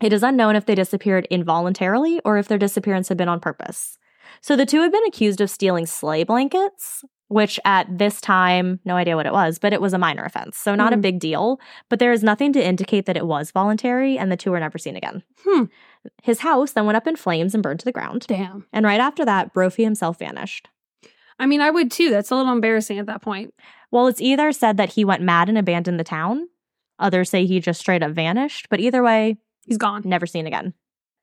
It is unknown if they disappeared involuntarily or if their disappearance had been on purpose. So the two had been accused of stealing sleigh blankets, which at this time, no idea what it was, but it was a minor offense. So not
Mhm.
a big deal, but there is nothing to indicate that it was voluntary and the two were never seen again.
Hmm.
His house then went up in flames and burned to the ground.
Damn.
And right after that, Brophy himself vanished.
I mean, I would too. That's a little embarrassing at that point.
Well, it's either said that he went mad and abandoned the town, others say he just straight up vanished, but either way,
He's gone.
never seen again.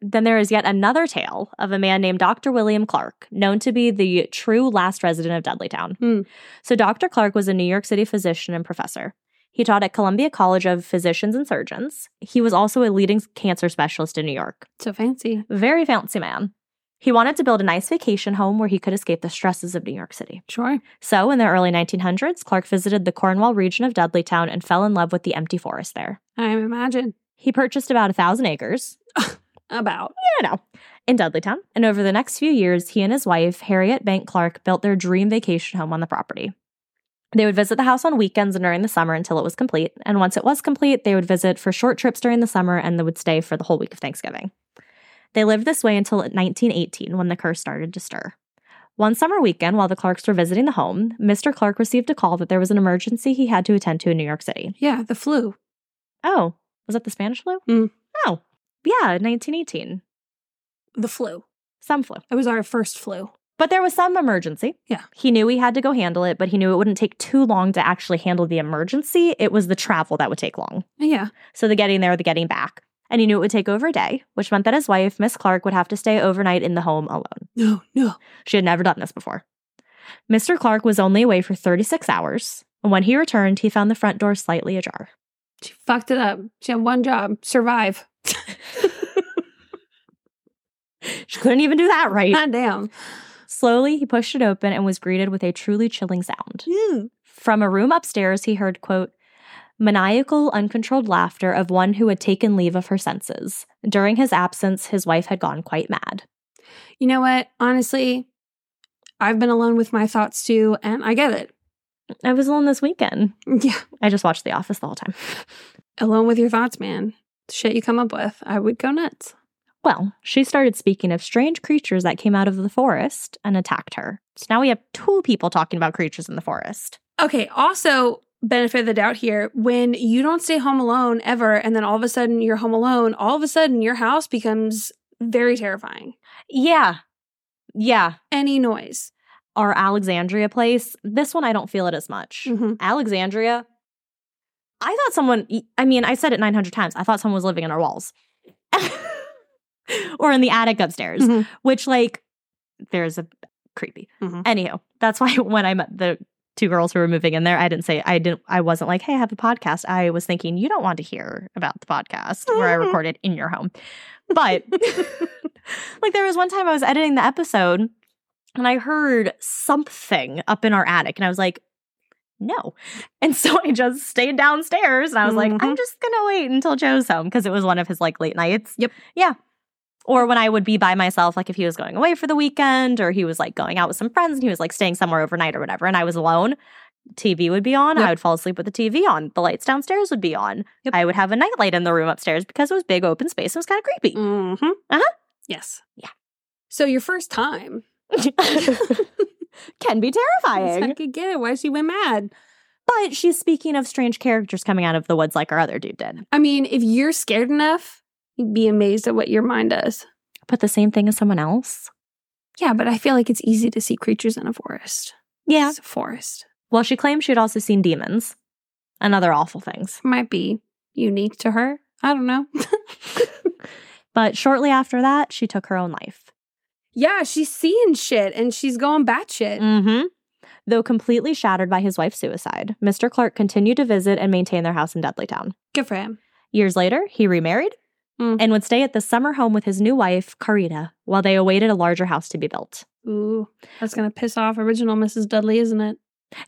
Then there is yet another tale of a man named Dr. William Clark, known to be the true last resident of Dudleytown.
Hmm.
So, Dr. Clark was a New York City physician and professor. He taught at Columbia College of Physicians and Surgeons. He was also a leading cancer specialist in New York.
So fancy.
Very fancy man. He wanted to build a nice vacation home where he could escape the stresses of New York City.
Sure.
So, in the early 1900s, Clark visited the Cornwall region of Dudleytown and fell in love with the empty forest there.
I imagine.
He purchased about a thousand acres,
About.
you know, in Dudleytown, and over the next few years, he and his wife, Harriet Bank Clark, built their dream vacation home on the property. They would visit the house on weekends and during the summer until it was complete, and once it was complete, they would visit for short trips during the summer and they would stay for the whole week of Thanksgiving. They lived this way until 1918 when the curse started to stir. One summer weekend, while the Clarks were visiting the home, Mr. Clark received a call that there was an emergency he had to attend to in New York City.
Yeah, the flu.
Oh, was that the Spanish flu?
Mm.
Oh, yeah, 1918.
The flu.
Some flu.
It was our first flu.
But there was some emergency.
Yeah.
He knew he had to go handle it, but he knew it wouldn't take too long to actually handle the emergency. It was the travel that would take long.
Yeah.
So the getting there, the getting back. And he knew it would take over a day, which meant that his wife, Miss Clark, would have to stay overnight in the home alone.
No, no.
She had never done this before. Mr. Clark was only away for 36 hours, and when he returned, he found the front door slightly ajar.
She fucked it up. She had one job survive.
She couldn't even do that right.
God damn.
Slowly, he pushed it open and was greeted with a truly chilling sound.
Ew.
From a room upstairs, he heard, quote, maniacal, uncontrolled laughter of one who had taken leave of her senses. During his absence, his wife had gone quite mad.
You know what? Honestly, I've been alone with my thoughts too, and I get it.
I was alone this weekend.
Yeah.
I just watched The Office the whole time.
Alone with your thoughts, man. The shit you come up with. I would go nuts.
Well, she started speaking of strange creatures that came out of the forest and attacked her. So now we have two people talking about creatures in the forest.
Okay. Also, benefit of the doubt here when you don't stay home alone ever, and then all of a sudden you're home alone, all of a sudden your house becomes very terrifying.
Yeah. Yeah.
Any noise.
Our Alexandria place. This one, I don't feel it as much.
Mhm.
Alexandria. I thought someone, I mean, I said it 900 times. I thought someone was living in our walls or in the attic upstairs,
Mhm.
which, like, there's a creepy.
Mhm.
Anywho, that's why when I met the two girls who were moving in there, I didn't say, I didn't, I wasn't like, hey, I have a podcast. I was thinking, you don't want to hear about the podcast where I
Mhm.
recorded in your home. But like, there was one time I was editing the episode and I heard something up in our attic and I was like, no. And so I just stayed downstairs and I was like, I'm
Mhm.
just going to wait until Joe's home because it was one of his like late nights.
Yep.
Yeah. Or when I would be by myself, like if he was going away for the weekend or he was like going out with some friends and he was like staying somewhere overnight or whatever and I was alone, TV would be on. I
Yep.
would fall asleep with the TV on. The lights downstairs would be on.
Yep.
I would have a nightlight in the room upstairs because it was big open space and it was kind of creepy.
Mm-hmm.
Uh-huh.
Yes.
Yeah.
So your first time.
Can be terrifying.
I could get it. Why she went mad?
But she's speaking of strange characters coming out of the woods like our other dude did.
I mean, if you're scared enough, you'd be amazed at what your mind does.
But the same thing as someone else?
Yeah, but I feel like it's easy to see creatures in a forest.
Yeah.
It's a forest.
Well, she claimed she'd also seen demons and other awful things.
Might be unique to her. I don't know.
But shortly after that, she took her own life.
yeah, she's seeing shit and she's going batshit.
Mm-hmm. Though completely shattered by his wife's suicide, Mr. Clark continued to visit and maintain their house in Dudleytown.
Good for him.
Years later, he remarried
Mm.
and would stay at the summer home with his new wife, Carita, while they awaited a larger house to be built.
Ooh, that's gonna piss off original Mrs. Dudley, isn't it?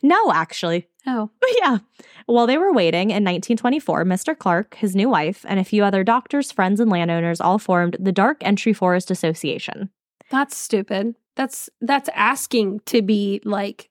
No, actually,
Oh,
Yeah. While they were waiting in 1924, Mr. Clark, his new wife, and a few other doctors, friends, and landowners all formed the Dark Entry Forest Association.
that's stupid. That's that's asking to be like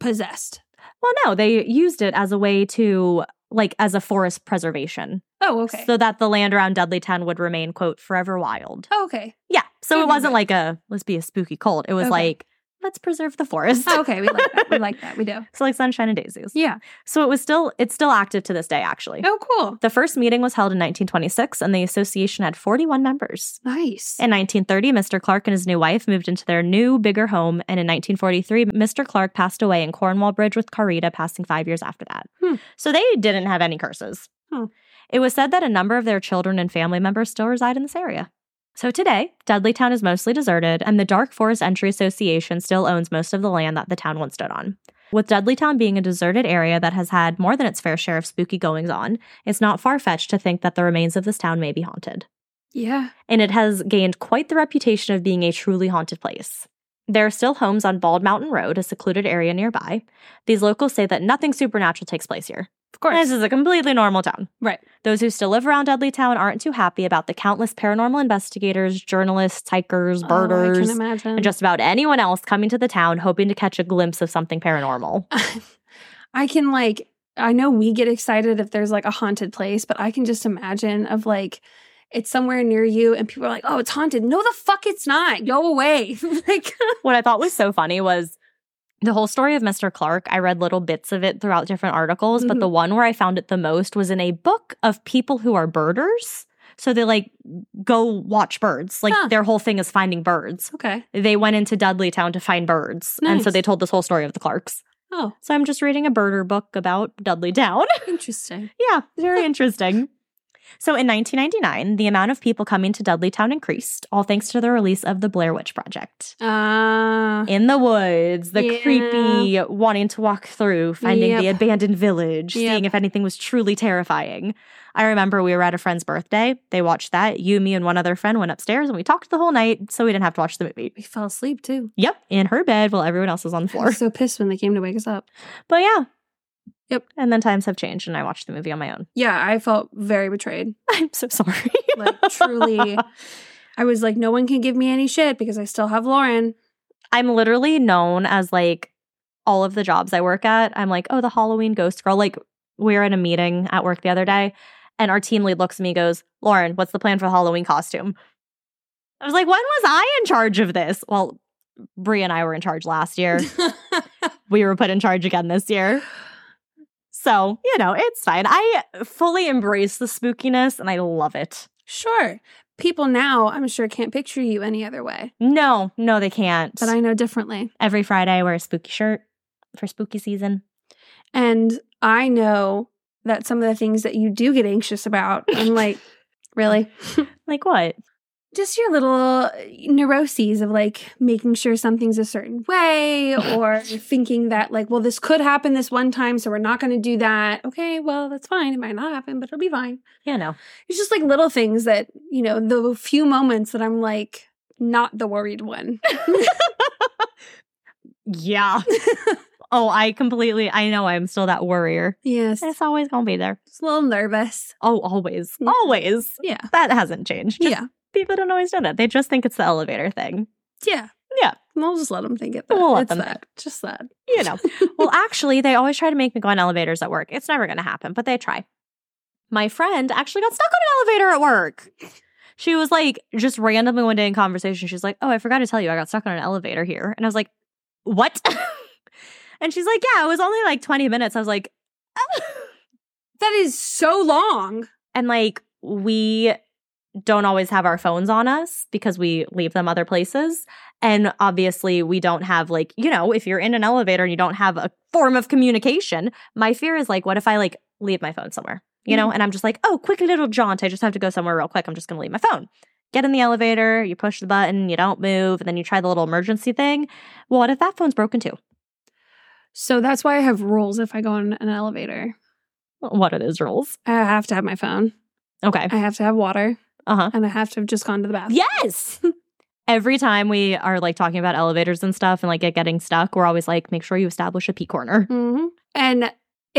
possessed.
Well, no, they used it as a way to, like, as a forest preservation
Oh, okay.
so that the land around Dudleytown would remain, quote, forever wild.
oh, okay.
Yeah. So
Good
it wasn't
reason.
like a, let's be a spooky cult. It was
Okay.
like, let's preserve the forest.
Oh, okay, we like that. We like that. We do.
So, like, sunshine and daisies.
Yeah.
So it was still, it's still active to this day, actually.
Oh, cool.
The first meeting was held in 1926, and the association had 41 members.
Nice.
In 1930, Mr. Clark and his new wife moved into their new, bigger home, and in 1943, Mr. Clark passed away in Cornwall Bridge with Carita, passing five years after that.
Hmm.
So they didn't have any curses.
Hmm.
It was said that a number of their children and family members still reside in this area. So today, Dudleytown is mostly deserted, and the Dark Forest Entry Association still owns most of the land that the town once stood on. With Dudleytown being a deserted area that has had more than its fair share of spooky goings on, it's not far fetched to think that the remains of this town may be haunted.
Yeah.
and it has gained quite the reputation of being a truly haunted place. There are still homes on Bald Mountain Road, a secluded area nearby. These locals say that nothing supernatural takes place here.
Of course.
This is a completely normal town.
Right.
Those who still live around Dudley Town aren't too happy about the countless paranormal investigators, journalists, hikers,
Oh, I
birders,
can imagine.
and just about anyone else coming to the town hoping to catch a glimpse of something paranormal.
I can like I know we get excited if there's like a haunted place, but I can just imagine of like it's somewhere near you and people are like, "Oh, it's haunted." No the fuck it's not. Go away. like
what I thought was so funny was the whole story of Mr. Clark. I read little bits of it throughout different articles, but the
Mm-hmm.
one where I found it the most was in a book of people who are birders. So they like go watch birds. Like
Huh.
their whole thing is finding birds.
okay.
They went into Dudley Town to find birds. And so
Nice.
they told this whole story of the Clarks.
Oh,
So I'm just reading a birder book about Dudley Town.
interesting.
Yeah, very interesting. So in 1999, the amount of people coming to Dudley Town increased, all thanks to the release of the Blair Witch Project.
Uh
In the woods, the
Yeah.
creepy wanting to walk through, finding the
Yep.
abandoned village,
Yep.
seeing if anything was truly terrifying. I remember we were at a friend's birthday. They watched that. You, me, and one other friend went upstairs and we talked the whole night, so we didn't have to watch the movie.
we fell asleep too.
Yep, in her bed while everyone else was on the
I
floor.
was so pissed when they came to wake us up.
But yeah.
Yep.
And then times have changed and I watched the movie on my own.
Yeah, I felt very betrayed.
I'm so sorry.
Like truly I was like no one can give me any shit because I still have Lauren.
I'm literally known as like all of the jobs I work at. I'm like, oh, the Halloween ghost girl. Like, we were in a meeting at work the other day, and our team lead looks at me and goes, Lauren, what's the plan for the Halloween costume? I was like, when was I in charge of this? Well, Brie and I were in charge last year. we were put in charge again this year. So, you know, it's fine. I fully embrace the spookiness and I love it.
sure. People now, I'm sure can't picture you any other way,
No, no, they can't.
but I know differently.
Every Friday, I wear a spooky shirt for spooky season.
And I know that some of the things that you do get anxious about, I'm like, really?
Like, what?
Just your little uh, neuroses of like making sure something's a certain way or thinking that, like, well, this could happen this one time, so we're not going to do that. Okay, well, that's fine. It might not happen, but it'll be fine.
you know.
It's just like little things that, you know, the few moments that I'm like, not the worried one.
Yeah. oh, I completely I know I'm still that worrier.
yes.
It's always gonna be there.
Just a little nervous.
Oh, always.
Yeah.
Always.
Mm. Yeah.
That hasn't changed.
Yeah.
People don't always know that. They just think it's the elevator thing.
Yeah.
Yeah.
We'll just let them think it. That.
We'll let
it's
them
that. Just that.
You know. well, actually, they always try to make me go on elevators at work. It's never gonna happen, but they try. My friend actually got stuck on an elevator at work. She was like, just randomly one day in conversation, she's like, Oh, I forgot to tell you, I got stuck on an elevator here. And I was like, What? and she's like, Yeah, it was only like 20 minutes. I was like,
That is so long.
and like we don't always have our phones on us because we leave them other places and obviously we don't have like you know if you're in an elevator and you don't have a form of communication my fear is like what if i like leave my phone somewhere you know and i'm just like oh quick little jaunt i just have to go somewhere real quick i'm just going to leave my phone get in the elevator you push the button you don't move and then you try the little emergency thing well what if that phone's broken too
So that's why I have rules if I go in an elevator.
what are those rules
I have to have my phone.
okay
I have to have water.
uh-huh
And I have to have just gone to the bathroom.
Yes. Every time we are like talking about elevators and stuff and like it getting stuck, we're always like, make sure you establish a P corner.
hmm And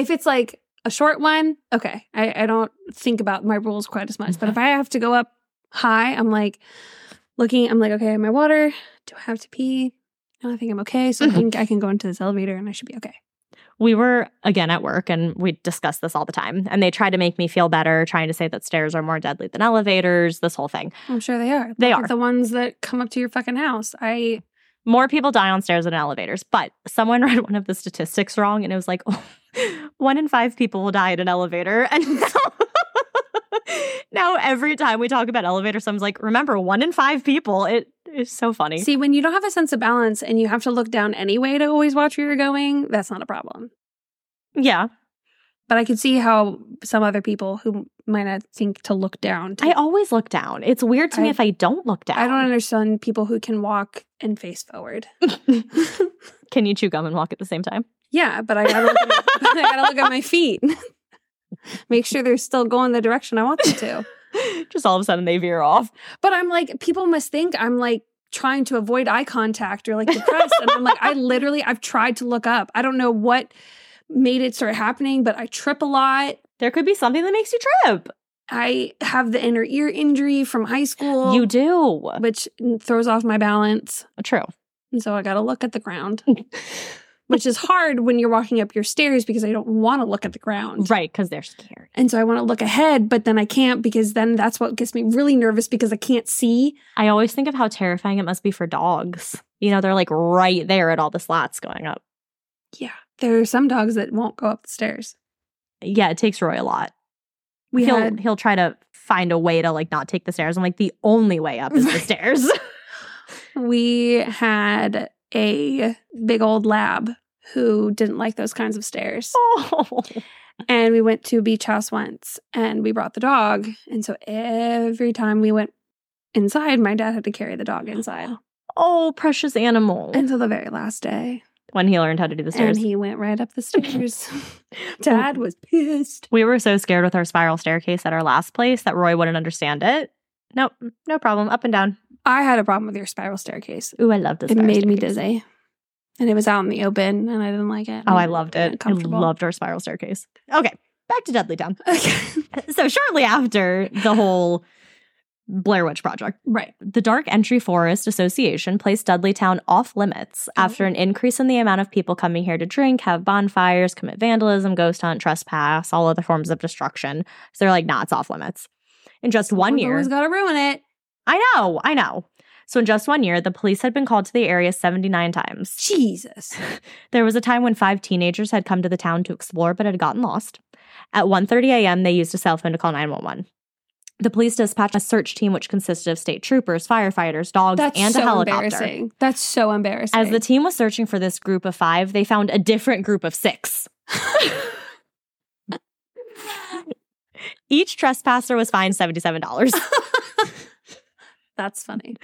if it's like a short one, okay. I, I don't think about my rules quite as much. But if I have to go up high, I'm like looking, I'm like, okay, I have my water. Do I have to pee? No, I think I'm okay. So I think I can go into this elevator and I should be okay.
We were again at work and we discuss this all the time. And they try to make me feel better, trying to say that stairs are more deadly than elevators, this whole thing.
I'm sure they are.
They
Look at
are.
the ones that come up to your fucking house. I
More people die on stairs than elevators. But someone read one of the statistics wrong and it was like, one in five people will die in an elevator. And now, now every time we talk about elevators, someone's like, remember, one in five people. It is so funny.
See, when you don't have a sense of balance and you have to look down anyway to always watch where you're going, that's not a problem.
yeah.
But I could see how some other people who might not think to look down. To,
I always look down. It's weird to me
I-
if I don't look down.
I don't understand people who can walk and face forward.
Can you chew gum and walk at the same time?
yeah, but I gotta, look at my, I gotta look at my feet. Make sure they're still going the direction I want them to.
Just all of a sudden they veer off.
But I'm like, people must think I'm like trying to avoid eye contact or like depressed. and I'm like, I literally, I've tried to look up. I don't know what made it start happening, but I trip a lot.
There could be something that makes you trip.
I have the inner ear injury from high school,
you do.
which throws off my balance.
True.
And so I got to look at the ground, which is hard when you're walking up your stairs because I don't want to look at the ground.
Right, because they're scared.
And so I want to look ahead, but then I can't because then that's what gets me really nervous because I can't see.
I always think of how terrifying it must be for dogs. You know, they're like right there at all the slots going up.
There are some dogs that won't go up the stairs.
Yeah, it takes Roy a lot.
We
he'll
had
he'll try to find a way to like not take the stairs. I'm like, the only way up is the
Right.
stairs.
we had a big old lab who didn't like those kinds of stairs.
oh.
And we went to a beach house once and we brought the dog. And so every time we went inside, my dad had to carry the dog inside
oh, precious animal.
until the very last day.
when he learned how to do the
And
stairs.
he went right up the stairs. dad was pissed.
we were so scared with our spiral staircase at our last place that Roy wouldn't understand it. Nope, no problem. Up and down.
I had a problem with your spiral staircase.
Ooh, I love this.
It made me dizzy. And it was out in the open and I didn't like it.
Oh, I loved it. I
Comfortable.
loved our spiral staircase. Okay, back to Dudley Town.
Okay.
so shortly after the whole Blair Witch Project,
right.
the Dark Entry Forest Association placed Dudley Town off limits
Oh.
after an increase in the amount of people coming here to drink, have bonfires, commit vandalism, ghost hunt, trespass, all other forms of destruction. So they're like, nah, it's off limits. In just one
Someone's
year,
Always got to ruin it.
I know, I know. So in just one year, the police had been called to the area 79 times.
Jesus.
There was a time when five teenagers had come to the town to explore but had gotten lost. At 1:30 a.m., they used a cell phone to call 911. The police dispatched a search team which consisted of state troopers, firefighters, dogs,
That's
and
so
a helicopter.
embarrassing. That's so embarrassing.
As the team was searching for this group of 5, they found a different group of 6. Each trespasser was fined $77.
That's funny.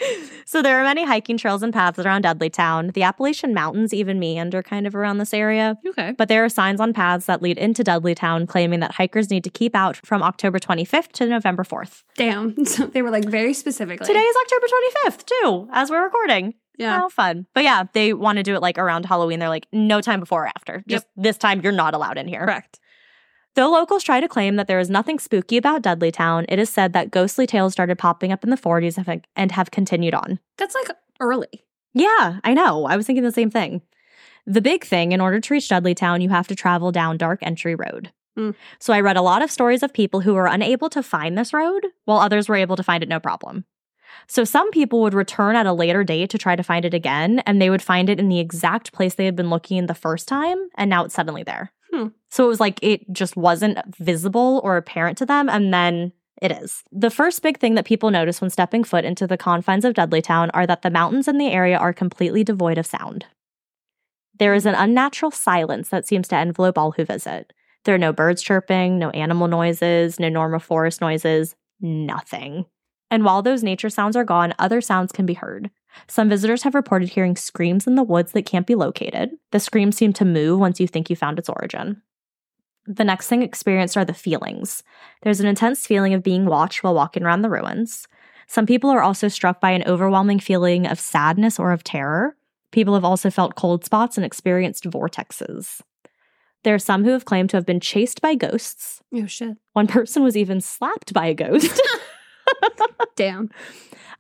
So there are many hiking trails and paths around Dudley Town. The Appalachian Mountains even meander kind of around this area.
Okay.
But there are signs on paths that lead into Dudley Town claiming that hikers need to keep out from October 25th to November 4th.
Damn. So they were like very specifically.
Today uh, is October 25th, too, as we're recording.
Yeah.
How fun. But yeah, they want to do it like around Halloween. They're like, no time before or after. Just this time, you're not allowed in here.
Correct.
Though locals try to claim that there is nothing spooky about Dudley Town, it is said that ghostly tales started popping up in the 40s and- and have continued on.
That's like early.
Yeah, I know. I was thinking the same thing. The big thing, in order to reach Dudley Town, you have to travel down Dark Entry Road.
Mm.
So I read a lot of stories of people who were unable to find this road, while others were able to find it no problem. So some people would return at a later date to try to find it again, and they would find it in the exact place they had been looking the first time, and now it's suddenly there.
Hmm.
So it was like it just wasn't visible or apparent to them, and then it is. The first big thing that people notice when stepping foot into the confines of Dudleytown are that the mountains in the area are completely devoid of sound. There is an unnatural silence that seems to envelope all who visit. There are no birds chirping, no animal noises, no normal forest noises, nothing. And while those nature sounds are gone, other sounds can be heard. Some visitors have reported hearing screams in the woods that can't be located. The screams seem to move once you think you found its origin. The next thing experienced are the feelings. There's an intense feeling of being watched while walking around the ruins. Some people are also struck by an overwhelming feeling of sadness or of terror. People have also felt cold spots and experienced vortexes. There are some who have claimed to have been chased by ghosts.
Oh, shit.
One person was even slapped by a ghost.
Damn.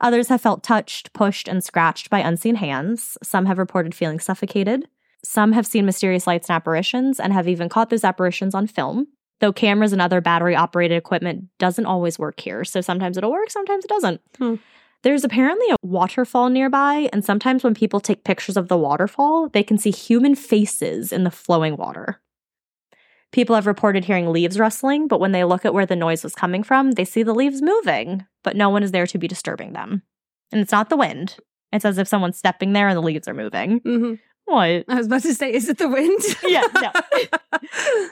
Others have felt touched, pushed, and scratched by unseen hands. Some have reported feeling suffocated. Some have seen mysterious lights and apparitions and have even caught those apparitions on film. Though cameras and other battery operated equipment doesn't always work here, so sometimes it'll work, sometimes it doesn't.
Hmm.
There's apparently a waterfall nearby, and sometimes when people take pictures of the waterfall, they can see human faces in the flowing water. People have reported hearing leaves rustling, but when they look at where the noise was coming from, they see the leaves moving, but no one is there to be disturbing them. And it's not the wind. It's as if someone's stepping there and the leaves are moving.
hmm
What?
I was about to say, is it the wind?
Yeah, no.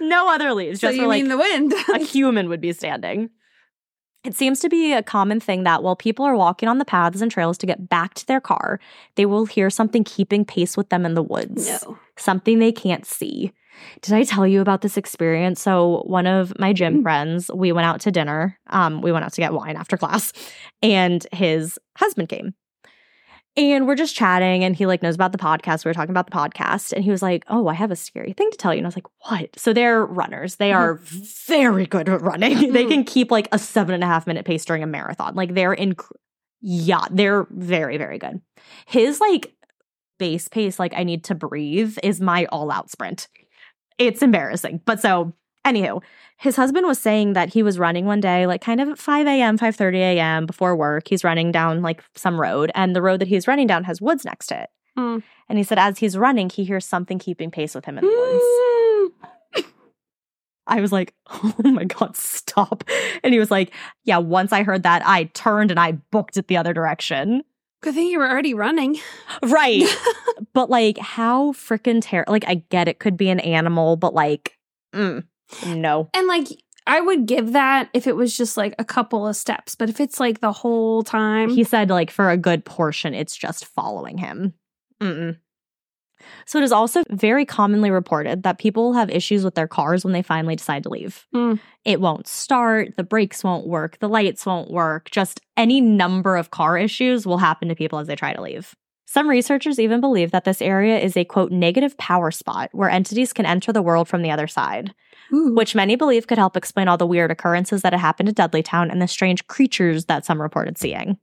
No other leaves,
so
just
you
where
mean
like
the wind?
a human would be standing. It seems to be a common thing that while people are walking on the paths and trails to get back to their car, they will hear something keeping pace with them in the woods.
No.
Something they can't see. Did I tell you about this experience? So, one of my gym
Mm.
friends, we went out to dinner. Um, we went out to get wine after class, and his husband came. And we're just chatting, and he like knows about the podcast. We were talking about the podcast, and he was like, "Oh, I have a scary thing to tell you." And I was like, "What?" So they're runners. They are very good at running. they
Mhm.
can keep like a seven and a half minute pace during a marathon. Like they're in, yeah, they're very very good. His like base pace, like I need to breathe, is my all out sprint. It's embarrassing, but so anywho, his husband was saying that he was running one day, like kind of at 5 a.m., 5:30 a.m. before work. He's running down like some road, and the road that he's running down has woods next to it.
Mm.
And he said, as he's running, he hears something keeping pace with him in the woods.
Mm.
I was like, oh my God, stop. And he was like, yeah, once I heard that, I turned and I booked it the other direction.
Good thing you were already running.
Right. but like, how freaking terrible. Like, I get it could be an animal, but like, mm, no.
And like, I would give that if it was just like a couple of steps, but if it's like the whole time,
He said, like, for a good portion, it's just following him. Mm-mm. So it is also very commonly reported that people have issues with their cars when they finally decide to leave.
Mm.
It won't start, the brakes won't work, the lights won't work, just any number of car issues will happen to people as they try to leave. Some researchers even believe that this area is a quote negative power spot where entities can enter the world from the other side
Ooh.
which many believe could help explain all the weird occurrences that had happened at Dudleytown and the strange creatures that some reported seeing.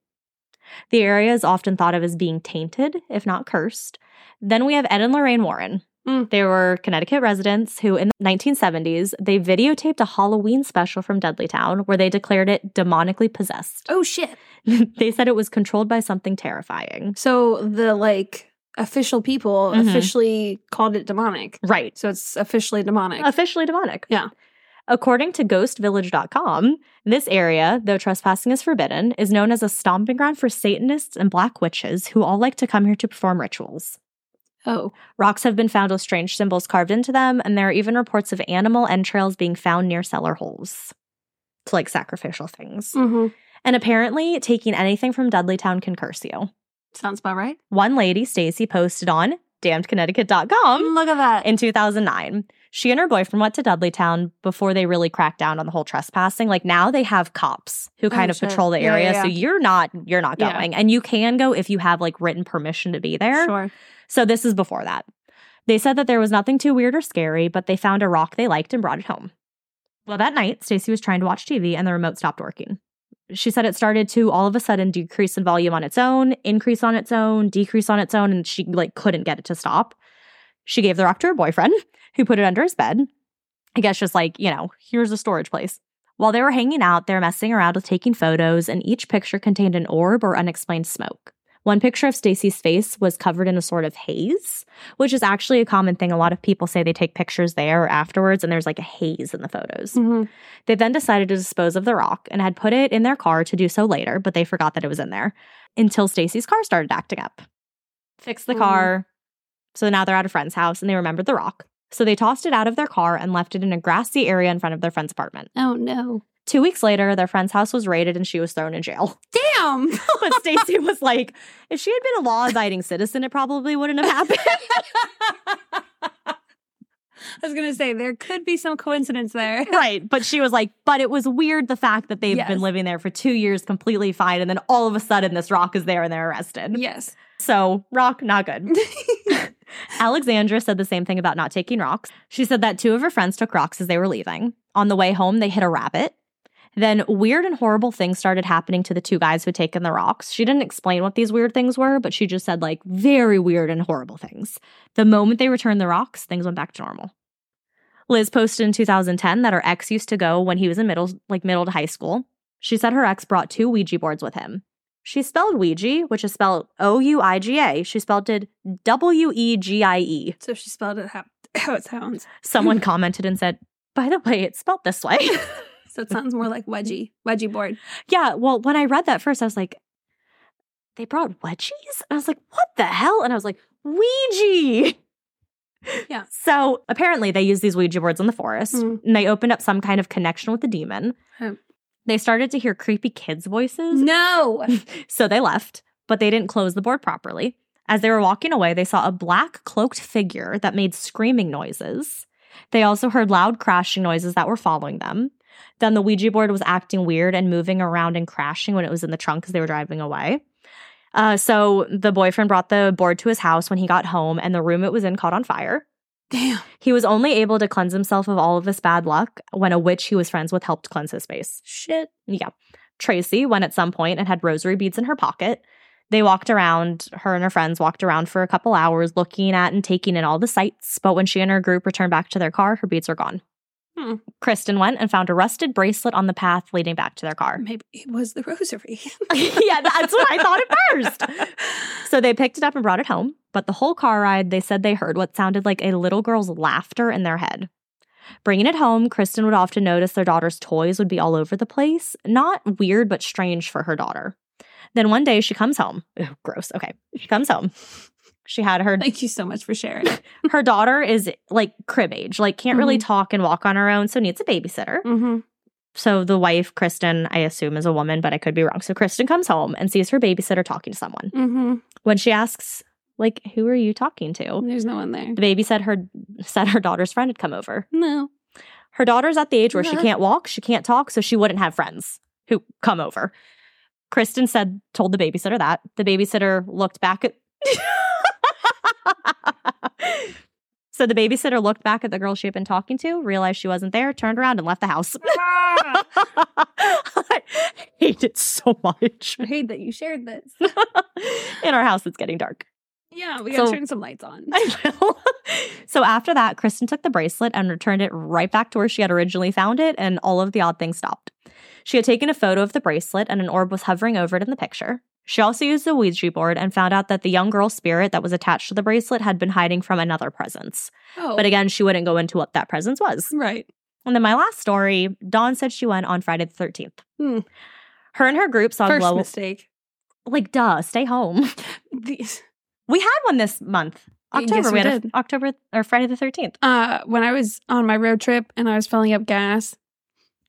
The area is often thought of as being tainted, if not cursed. Then we have Ed and Lorraine Warren.
Mm.
They were Connecticut residents who, in the 1970s, they videotaped a Halloween special from Dudleytown where they declared it demonically possessed.
oh shit.
they said it was controlled by something terrifying.
So the like official people
Mhm.
officially called it demonic.
Right.
So it's officially demonic.
Officially demonic.
Yeah.
According to ghostvillage.com, this area, though trespassing is forbidden, is known as a stomping ground for Satanists and black witches who all like to come here to perform rituals.
oh.
Rocks have been found with strange symbols carved into them, and there are even reports of animal entrails being found near cellar holes. To like sacrificial things.
hmm
And apparently, taking anything from Dudleytown can curse you.
Sounds about right.
One lady, Stacy, posted on damnedconnecticut.com
Look at that.
Um, in 2009. She and her boyfriend went to Dudleytown before they really cracked down on the whole trespassing. Like now they have cops who kind
Oh,
of
shit.
patrol the
Yeah,
area,
yeah,
so you're not you're not
Yeah.
going, and you can go if you have like written permission to be there.
Sure.
So this is before that. They said that there was nothing too weird or scary, but they found a rock they liked and brought it home. Well, that night, Stacy was trying to watch TV and the remote stopped working. She said it started to all of a sudden decrease in volume on its own, increase on its own, decrease on its own, and she like couldn't get it to stop. She gave the rock to her boyfriend, who put it under his bed. I guess just like, you know, here's a storage place. While they were hanging out, they were messing around with taking photos, and each picture contained an orb or unexplained smoke. One picture of Stacy's face was covered in a sort of haze, which is actually a common thing. A lot of people say they take pictures there or afterwards, and there's like a haze in the photos.
hmm
They then decided to dispose of the rock and had put it in their car to do so later, but they forgot that it was in there until Stacy's car started acting up. Fixed the
Mm.
car. So now they're at a friend's house and they remembered the rock. So they tossed it out of their car and left it in a grassy area in front of their friend's apartment.
Oh no.
Two weeks later, their friend's house was raided and she was thrown in jail.
Damn.
but Stacy was like, if she had been a law abiding citizen, it probably wouldn't have happened.
I was gonna say there could be some coincidence there.
right. But she was like, but it was weird the fact that they've
Yes.
been living there for two years completely fine. And then all of a sudden, this rock is there and they're arrested.
Yes.
So, rock, not good. Alexandra said the same thing about not taking rocks. She said that two of her friends took rocks as they were leaving. On the way home, they hit a rabbit. Then weird and horrible things started happening to the two guys who had taken the rocks. She didn't explain what these weird things were, but she just said like very weird and horrible things. The moment they returned the rocks, things went back to normal. Liz posted in 2010 that her ex used to go when he was in middle like middle to high school. She said her ex brought two Ouija boards with him. She spelled Ouija, which is spelled O U I G A. She spelled it W E G I E.
So she spelled it how, how it sounds.
Someone commented and said, by the way, it's spelled this way.
So it sounds more like wedgie, wedgie board.
yeah, well, when I read that first, I was like, they brought wedgies? And I was like, what the hell? And I was like, Ouija.
Yeah.
So apparently they used these Ouija boards in the forest
Mm.
and they opened up some kind of connection with the demon.
Hmm.
They started to hear creepy kids' voices.
No.
So they left, but they didn't close the board properly. As they were walking away, they saw a black cloaked figure that made screaming noises. They also heard loud crashing noises that were following them. Then the Ouija board was acting weird and moving around and crashing when it was in the trunk as they were driving away. Uh, so the boyfriend brought the board to his house when he got home, and the room it was in caught on fire.
Damn.
He was only able to cleanse himself of all of this bad luck when a witch he was friends with helped cleanse his space.
Shit.
Yeah. Tracy went at some point and had rosary beads in her pocket. They walked around, her and her friends walked around for a couple hours looking at and taking in all the sights. But when she and her group returned back to their car, her beads were gone.
Hmm.
Kristen went and found a rusted bracelet on the path leading back to their car.
Maybe it was the rosary.
yeah, that's what I thought at first. So they picked it up and brought it home, but the whole car ride, they said they heard what sounded like a little girl's laughter in their head. Bringing it home, Kristen would often notice their daughter's toys would be all over the place. Not weird, but strange for her daughter. Then one day she comes home. Ugh, gross. Okay. She comes home. She had her
Thank you so much for sharing.
her daughter is like crib age, like can't really talk and walk on her own, so needs a babysitter.
Mm-hmm.
So the wife, Kristen, I assume is a woman, but I could be wrong. So Kristen comes home and sees her babysitter talking to someone.
Mm-hmm.
When she asks, like, who are you talking to?
There's no one there.
The baby said her said her daughter's friend had come over.
No.
Her daughter's at the age where she
Yeah.
can't walk, she can't talk, so she wouldn't have friends who come over. Kristen said told the babysitter that. The babysitter looked back at So the babysitter looked back at the girl she had been talking to, realized she wasn't there, turned around and left the house. I hate it so much.
I hate that you shared this.
In our house, it's getting dark.
Yeah, we gotta
So-
turn some lights on.
I will. so after that, Kristen took the bracelet and returned it right back to where she had originally found it, and all of the odd things stopped. She had taken a photo of the bracelet, and an orb was hovering over it in the picture. She also used the Ouija board and found out that the young girl's spirit that was attached to the bracelet had been hiding from another presence.
Oh,
But again, she wouldn't go into what that presence was.
right.
And then my last story, Dawn said she went on Friday the 13th.
Hmm.
Her and her group saw a
First
glow.
mistake.
Like, duh, stay home.
These-
We had one this month.
Yes,
October.
we
we had
did.
a, October or Friday the 13th.
Uh, when I was on my road trip and I was filling up gas,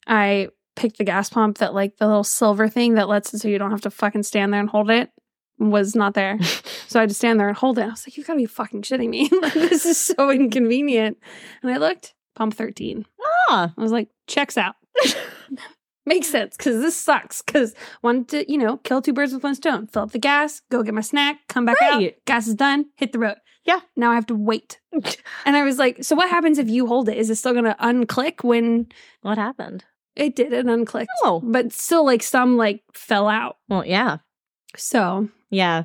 I picked the gas pump that, like, the little silver thing that lets it so you don't have to fucking stand there and hold it was not there. so I had to stand there and hold it. I was like, you gotta be fucking shitting me. like, this is so inconvenient. And I looked, pump 13.
Ah.
I was like, checks out. Makes sense because this sucks. Because wanted to, you know, kill two birds with one stone. Fill up the gas, go get my snack, come back
Right.
out. Gas is done. Hit the road.
Yeah.
Now I have to wait. And I was like, so what happens if you hold it? Is it still going to unclick when
What happened?
it did? It unclicked.
Oh.
But still, like some like fell out.
Well, yeah.
So
Yeah.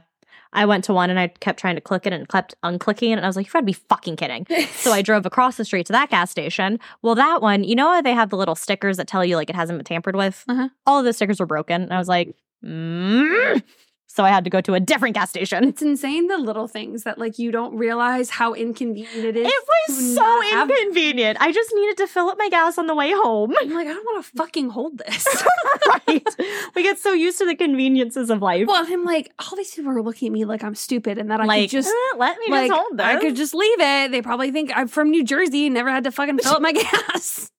I went to one and I kept trying to click it and kept unclicking it. And I was like, you've got to be fucking kidding. So I drove across the street to that gas station. Well, that one, you know how they have the little stickers that tell you like it hasn't been tampered with?
Uh-huh.
All of the stickers were broken. And I was like, mm. so I had to go to a different gas station.
it's insane the little things that like you don't realize how inconvenient it is.
It was
to
so
not have-
inconvenient. I just needed to fill up my gas on the way home.
I'm like, I don't want to fucking hold this.
right. We get so used to the conveniences of life.
well, and I'm like, all these people are looking at me like I'm stupid and that I
like,
could just.
"Uh, let me
Like,
just hold this.
I could just leave it. They probably think I'm from New Jersey and never had to fucking fill up my gas.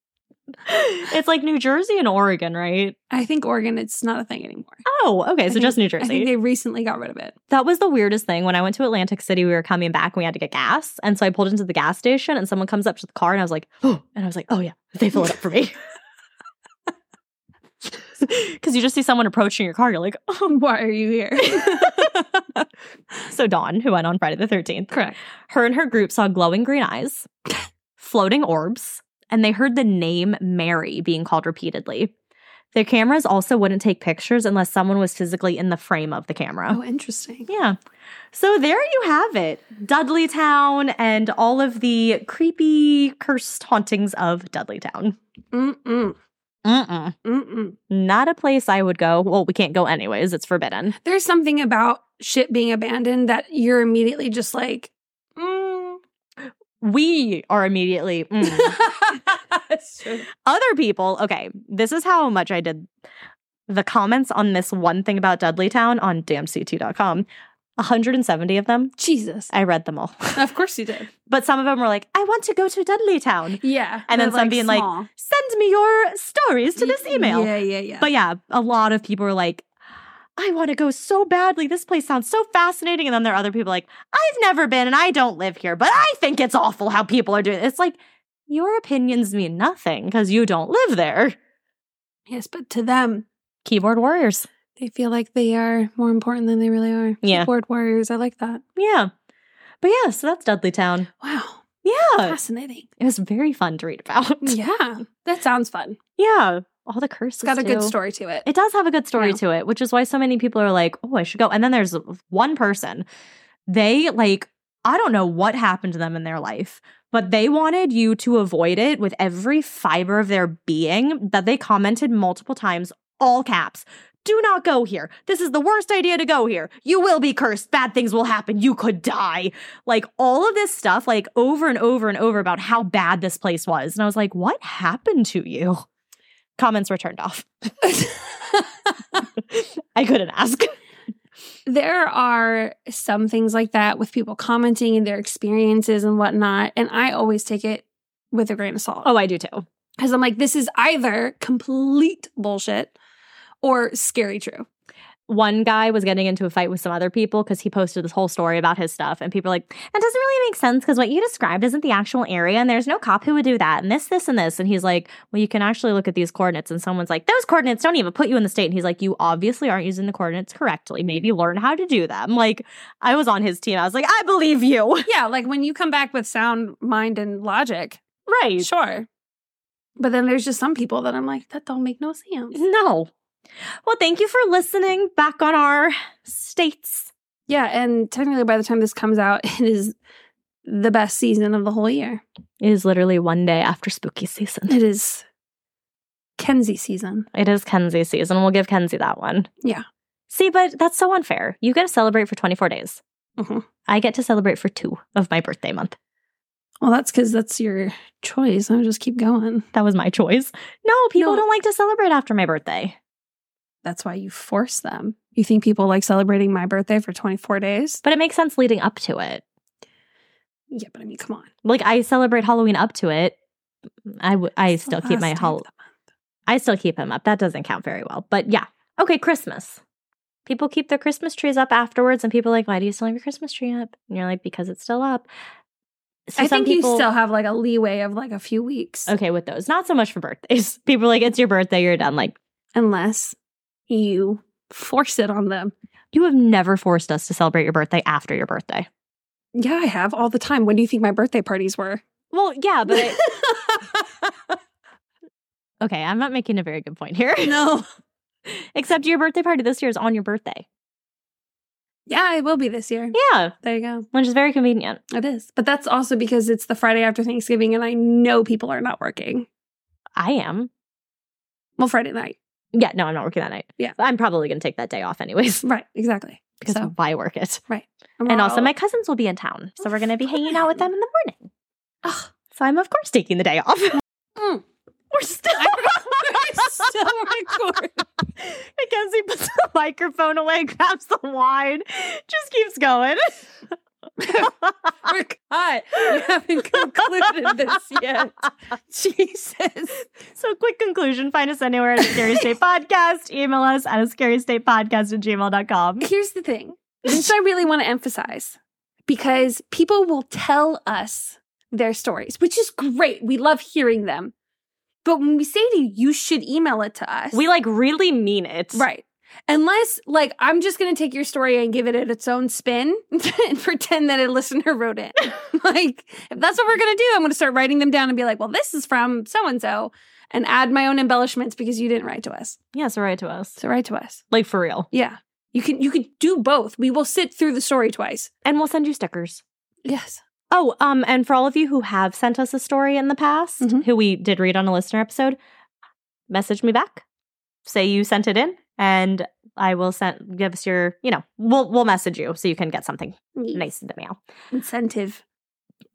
it's like New Jersey and Oregon, right?
I think Oregon, it's not a thing anymore.
Oh, okay. So
think-
just New
I think
Jersey.
they recently got rid of it.
that was the weirdest thing. When I went to Atlantic City, we were coming back and we had to get gas. And so I pulled into the gas station and someone comes up to the car and I was like, oh, and I was like, oh, yeah, they fill it up for me. Because you just see someone approaching your car, you're like,
Why are you here?
oh. so Dawn, who went on Friday the 13th,
Correct.
Her and her group saw glowing green eyes, floating orbs, and they heard the name Mary being called repeatedly. Their cameras also wouldn't take pictures unless someone was physically in the frame of the camera.
Oh, interesting.
Yeah. So there you have it Dudley Town and all of the creepy, cursed hauntings of Dudley Town.
Mm-mm.
Mm-mm.
Mm-mm.
Not a place I would go. Well, we can't go anyways, it's forbidden.
There's something about shit being abandoned that you're immediately just like, mm.
We are immediately. mm.
It's true.
other people okay this is how much i did the comments on this one thing about dudleytown on damct.com 170 of them.
Jesus.
I read them all.
Of course you did.
But some of them were like, I want to go to Dudley Town.
Yeah.
And then
they're,
some being like,
small.
Send me your stories to this email.
Yeah, yeah, yeah.
But yeah, a lot of people were like, I want to go so badly. This place sounds so fascinating. And then there are other people like, I've never been and I don't live here, but I think it's awful how people are doing it. It's like, your opinions mean nothing because you don't live there.
yes, but to them,
Keyboard warriors.
they feel like they are more important than they really are.
Yeah.
Keyboard warriors. I like that.
Yeah. But yeah, so that's Dudley Town.
Wow.
Yeah.
Fascinating.
It was very fun to read about.
Yeah. That sounds fun.
Yeah. All the curses.
It's got a good
too.
story to it.
It does have a good story
Yeah.
to it, which is why so many people are like, oh, I should go. And then there's one person, they like, I don't know what happened to them in their life, but they wanted you to avoid it with every fiber of their being that they commented multiple times, all caps. Do not go here. This is the worst idea to go here. You will be cursed. Bad things will happen. You could die. Like all of this stuff, like over and over and over about how bad this place was. And I was like, what happened to you? Comments were turned off. I couldn't ask.
there are some things like that with people commenting and their experiences and whatnot. And I always take it with a grain of salt.
Oh, I do too.
Because I'm like, this is either complete bullshit or scary true.
One guy was getting into a fight with some other people because he posted this whole story about his stuff, and people are like, that doesn't really make sense because what you described isn't the actual area, and there's no cop who would do that, and this, this, and this. And he's like, well, you can actually look at these coordinates, and someone's like, those coordinates don't even put you in the state. And he's like, you obviously aren't using the coordinates correctly. Maybe learn how to do them. Like, I was on his team. I was like, I believe you.
Yeah, like when you come back with sound mind and logic,
Right.
sure. But then there's just some people that I'm like, that don't make no
Mm-hmm.
sense.
No. Well, thank you for listening back on our states.
Yeah, and technically by the time this comes out, it is the best season of the whole year.
It is literally one day after spooky season.
It is Kenzie season.
It is Kenzie season. We'll give Kenzie that one.
Yeah.
See, but that's so unfair. You get to celebrate for 24 days.
Mhm.
I get to celebrate for two of my birthday month.
Well, that's because that's your choice. I'll just keep going.
That was my choice. No, people
No.
don't like to celebrate after my birthday.
That's why you force them. You think people like celebrating my birthday for 24 days?
But it makes sense leading up to it.
Yeah, but I mean, come on.
Like I celebrate Halloween up to it. I w- I
It's the
still keep
last
my
day of
hol-
the month.
I still keep him up. That doesn't count very well. But yeah. Okay, Christmas. People keep their Christmas trees up afterwards and people are like, "Why do you still have your Christmas tree up?" And you're like, "Because it's still up." So
I
some
think
people-
you still have like a leeway of like a few weeks.
okay with those. Not so much for birthdays. People are like, it's your birthday, you're done. Like,
Unless you force it on them.
you have never forced us to celebrate your birthday after your birthday.
Yeah, I have all the time. When do you think my birthday parties were?
Well, yeah, but I-
no.
okay, I'm not making a very good point here. Except your birthday party this year is on your birthday.
Yeah, it will be this year.
Yeah,
There you go.
which is very convenient.
It is. But that's also because it's the Friday after Thanksgiving and I know people are not working.
I am.
Well, Friday night.
Yeah, no, I'm not working that night.
Yeah.
I'm probably going to take that day off anyways.
Right, exactly.
Because
So-
why work it?
And,
And
we're
also,
all-
my cousins will be in town. So we're going to
Oh,
be hanging out with them in the morning.
Ugh.
So I'm, of course, taking the day off.
Mm.
We're still.
still recording.
Mackenzie puts the microphone away, grabs the wine, just keeps going.
We're cut. We haven't concluded this yet. Jesus.
so, quick conclusion find us anywhere at Scary State Podcast. Email us at a scary state podcast at gmail.com.
Here's the thing. This I really want to emphasize because people will tell us their stories, which is great. We love hearing them. But when we say to you, you should email it to us.
We like really mean it.
Right. Unless, like, I'm just going to take your story and give it its own spin and pretend that a listener wrote it. like, if that's what we're going to do, I'm going to start writing them down and be like, well, this is from so and so, and add my own embellishments because you didn't write to us.
Yeah, so write to us.
So write to us.
Like for real.
Yeah. You can you can do both. We will sit through the story twice.
And we'll send you stickers.
Yes.
Oh, um, and for all of you who have sent us a story in the past,
Mhm.
who we did read on a listener episode, message me back. Say you sent it in, and I will send give us your, you know, we'll we'll message you so you can get something nice in the mail.
Incentive.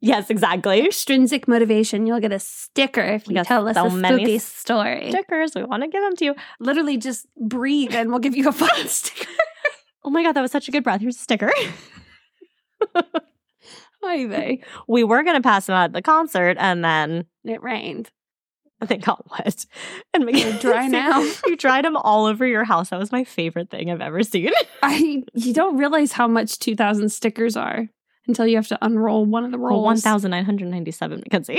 Yes, exactly.
Extrinsic motivation. You'll get a sticker if
We
you
got
tell us
so
a
many
spooky story.
Stickers, we want to give them to you.
Literally just breathe and we'll give you a fun sticker.
Oh my God, that was such a good breath. Here's a sticker.
Oy vey.
we were going to pass them out at the concert and then
It rained.
they got wet. And
They're dry now.
you dried them all over your house. That was my favorite thing I've ever seen.
I you don't realize how much 2000 stickers are until you have to unroll one of the rolls.
Well, 1,997, Mackenzie.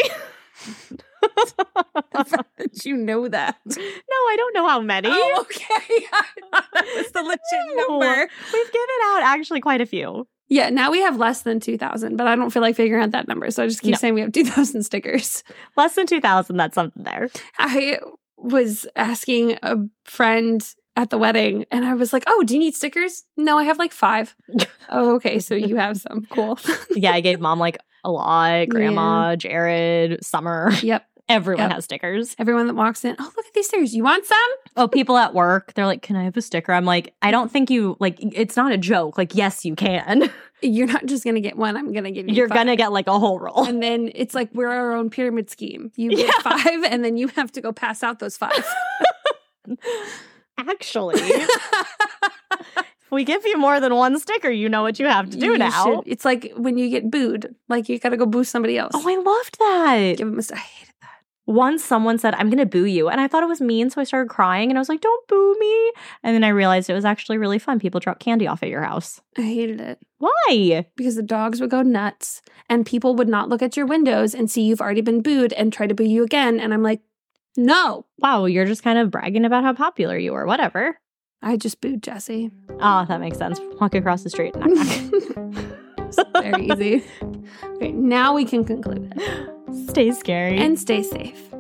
Did you know that?
No, I don't know how many.
Oh, okay. I thought that was the legit
No.
number.
We've given out actually quite a few.
Yeah, now we have less than 2000, but I don't feel like figuring out that number, so I just keep
No.
saying we have 2000 stickers.
Less than 2,000, that's something there.
I was asking a friend at the wedding and I was like, "Oh, do you need stickers?" "No, I have like 5." "Oh, okay, so you have some. Cool."
Yeah, I gave mom like a lot, grandma, Jared, Summer.
yep.
Everyone
Yep.
has stickers.
Everyone that walks in, "Oh, look at these stickers. You want some?"
Oh, people at work, they're like, Can I have a sticker? I'm like, I don't think you, like, it's not a joke. Like, yes, you can.
You're not just going to get one. I'm going to give you
You're
five.
going to get like a whole roll.
and then it's like we're our own pyramid scheme. You get
Yeah.
five, and then you have to go pass out those five.
Actually, if we give you more than one sticker, you know what you have to do
You
now.
should- it's like when you get booed, like you got to go boo somebody else.
Oh, I loved that.
Give them a s- I hate it.
once someone said, I'm going to boo you. And I thought it was mean. So I started crying and I was like, don't boo me. And then I realized it was actually really fun. People drop candy off at your house.
I hated it
Why?
because the dogs would go nuts, and people would not look at your windows and see you've already been booed and try to boo you again. And I'm like, no,
Wow, you're just kind of bragging about how popular you were. Whatever.
I just booed Jesse.
Oh, that makes sense. Walk across the street. Knock, knock.
It's Very easy. Okay, now we can conclude it
Stay scary.
and stay safe.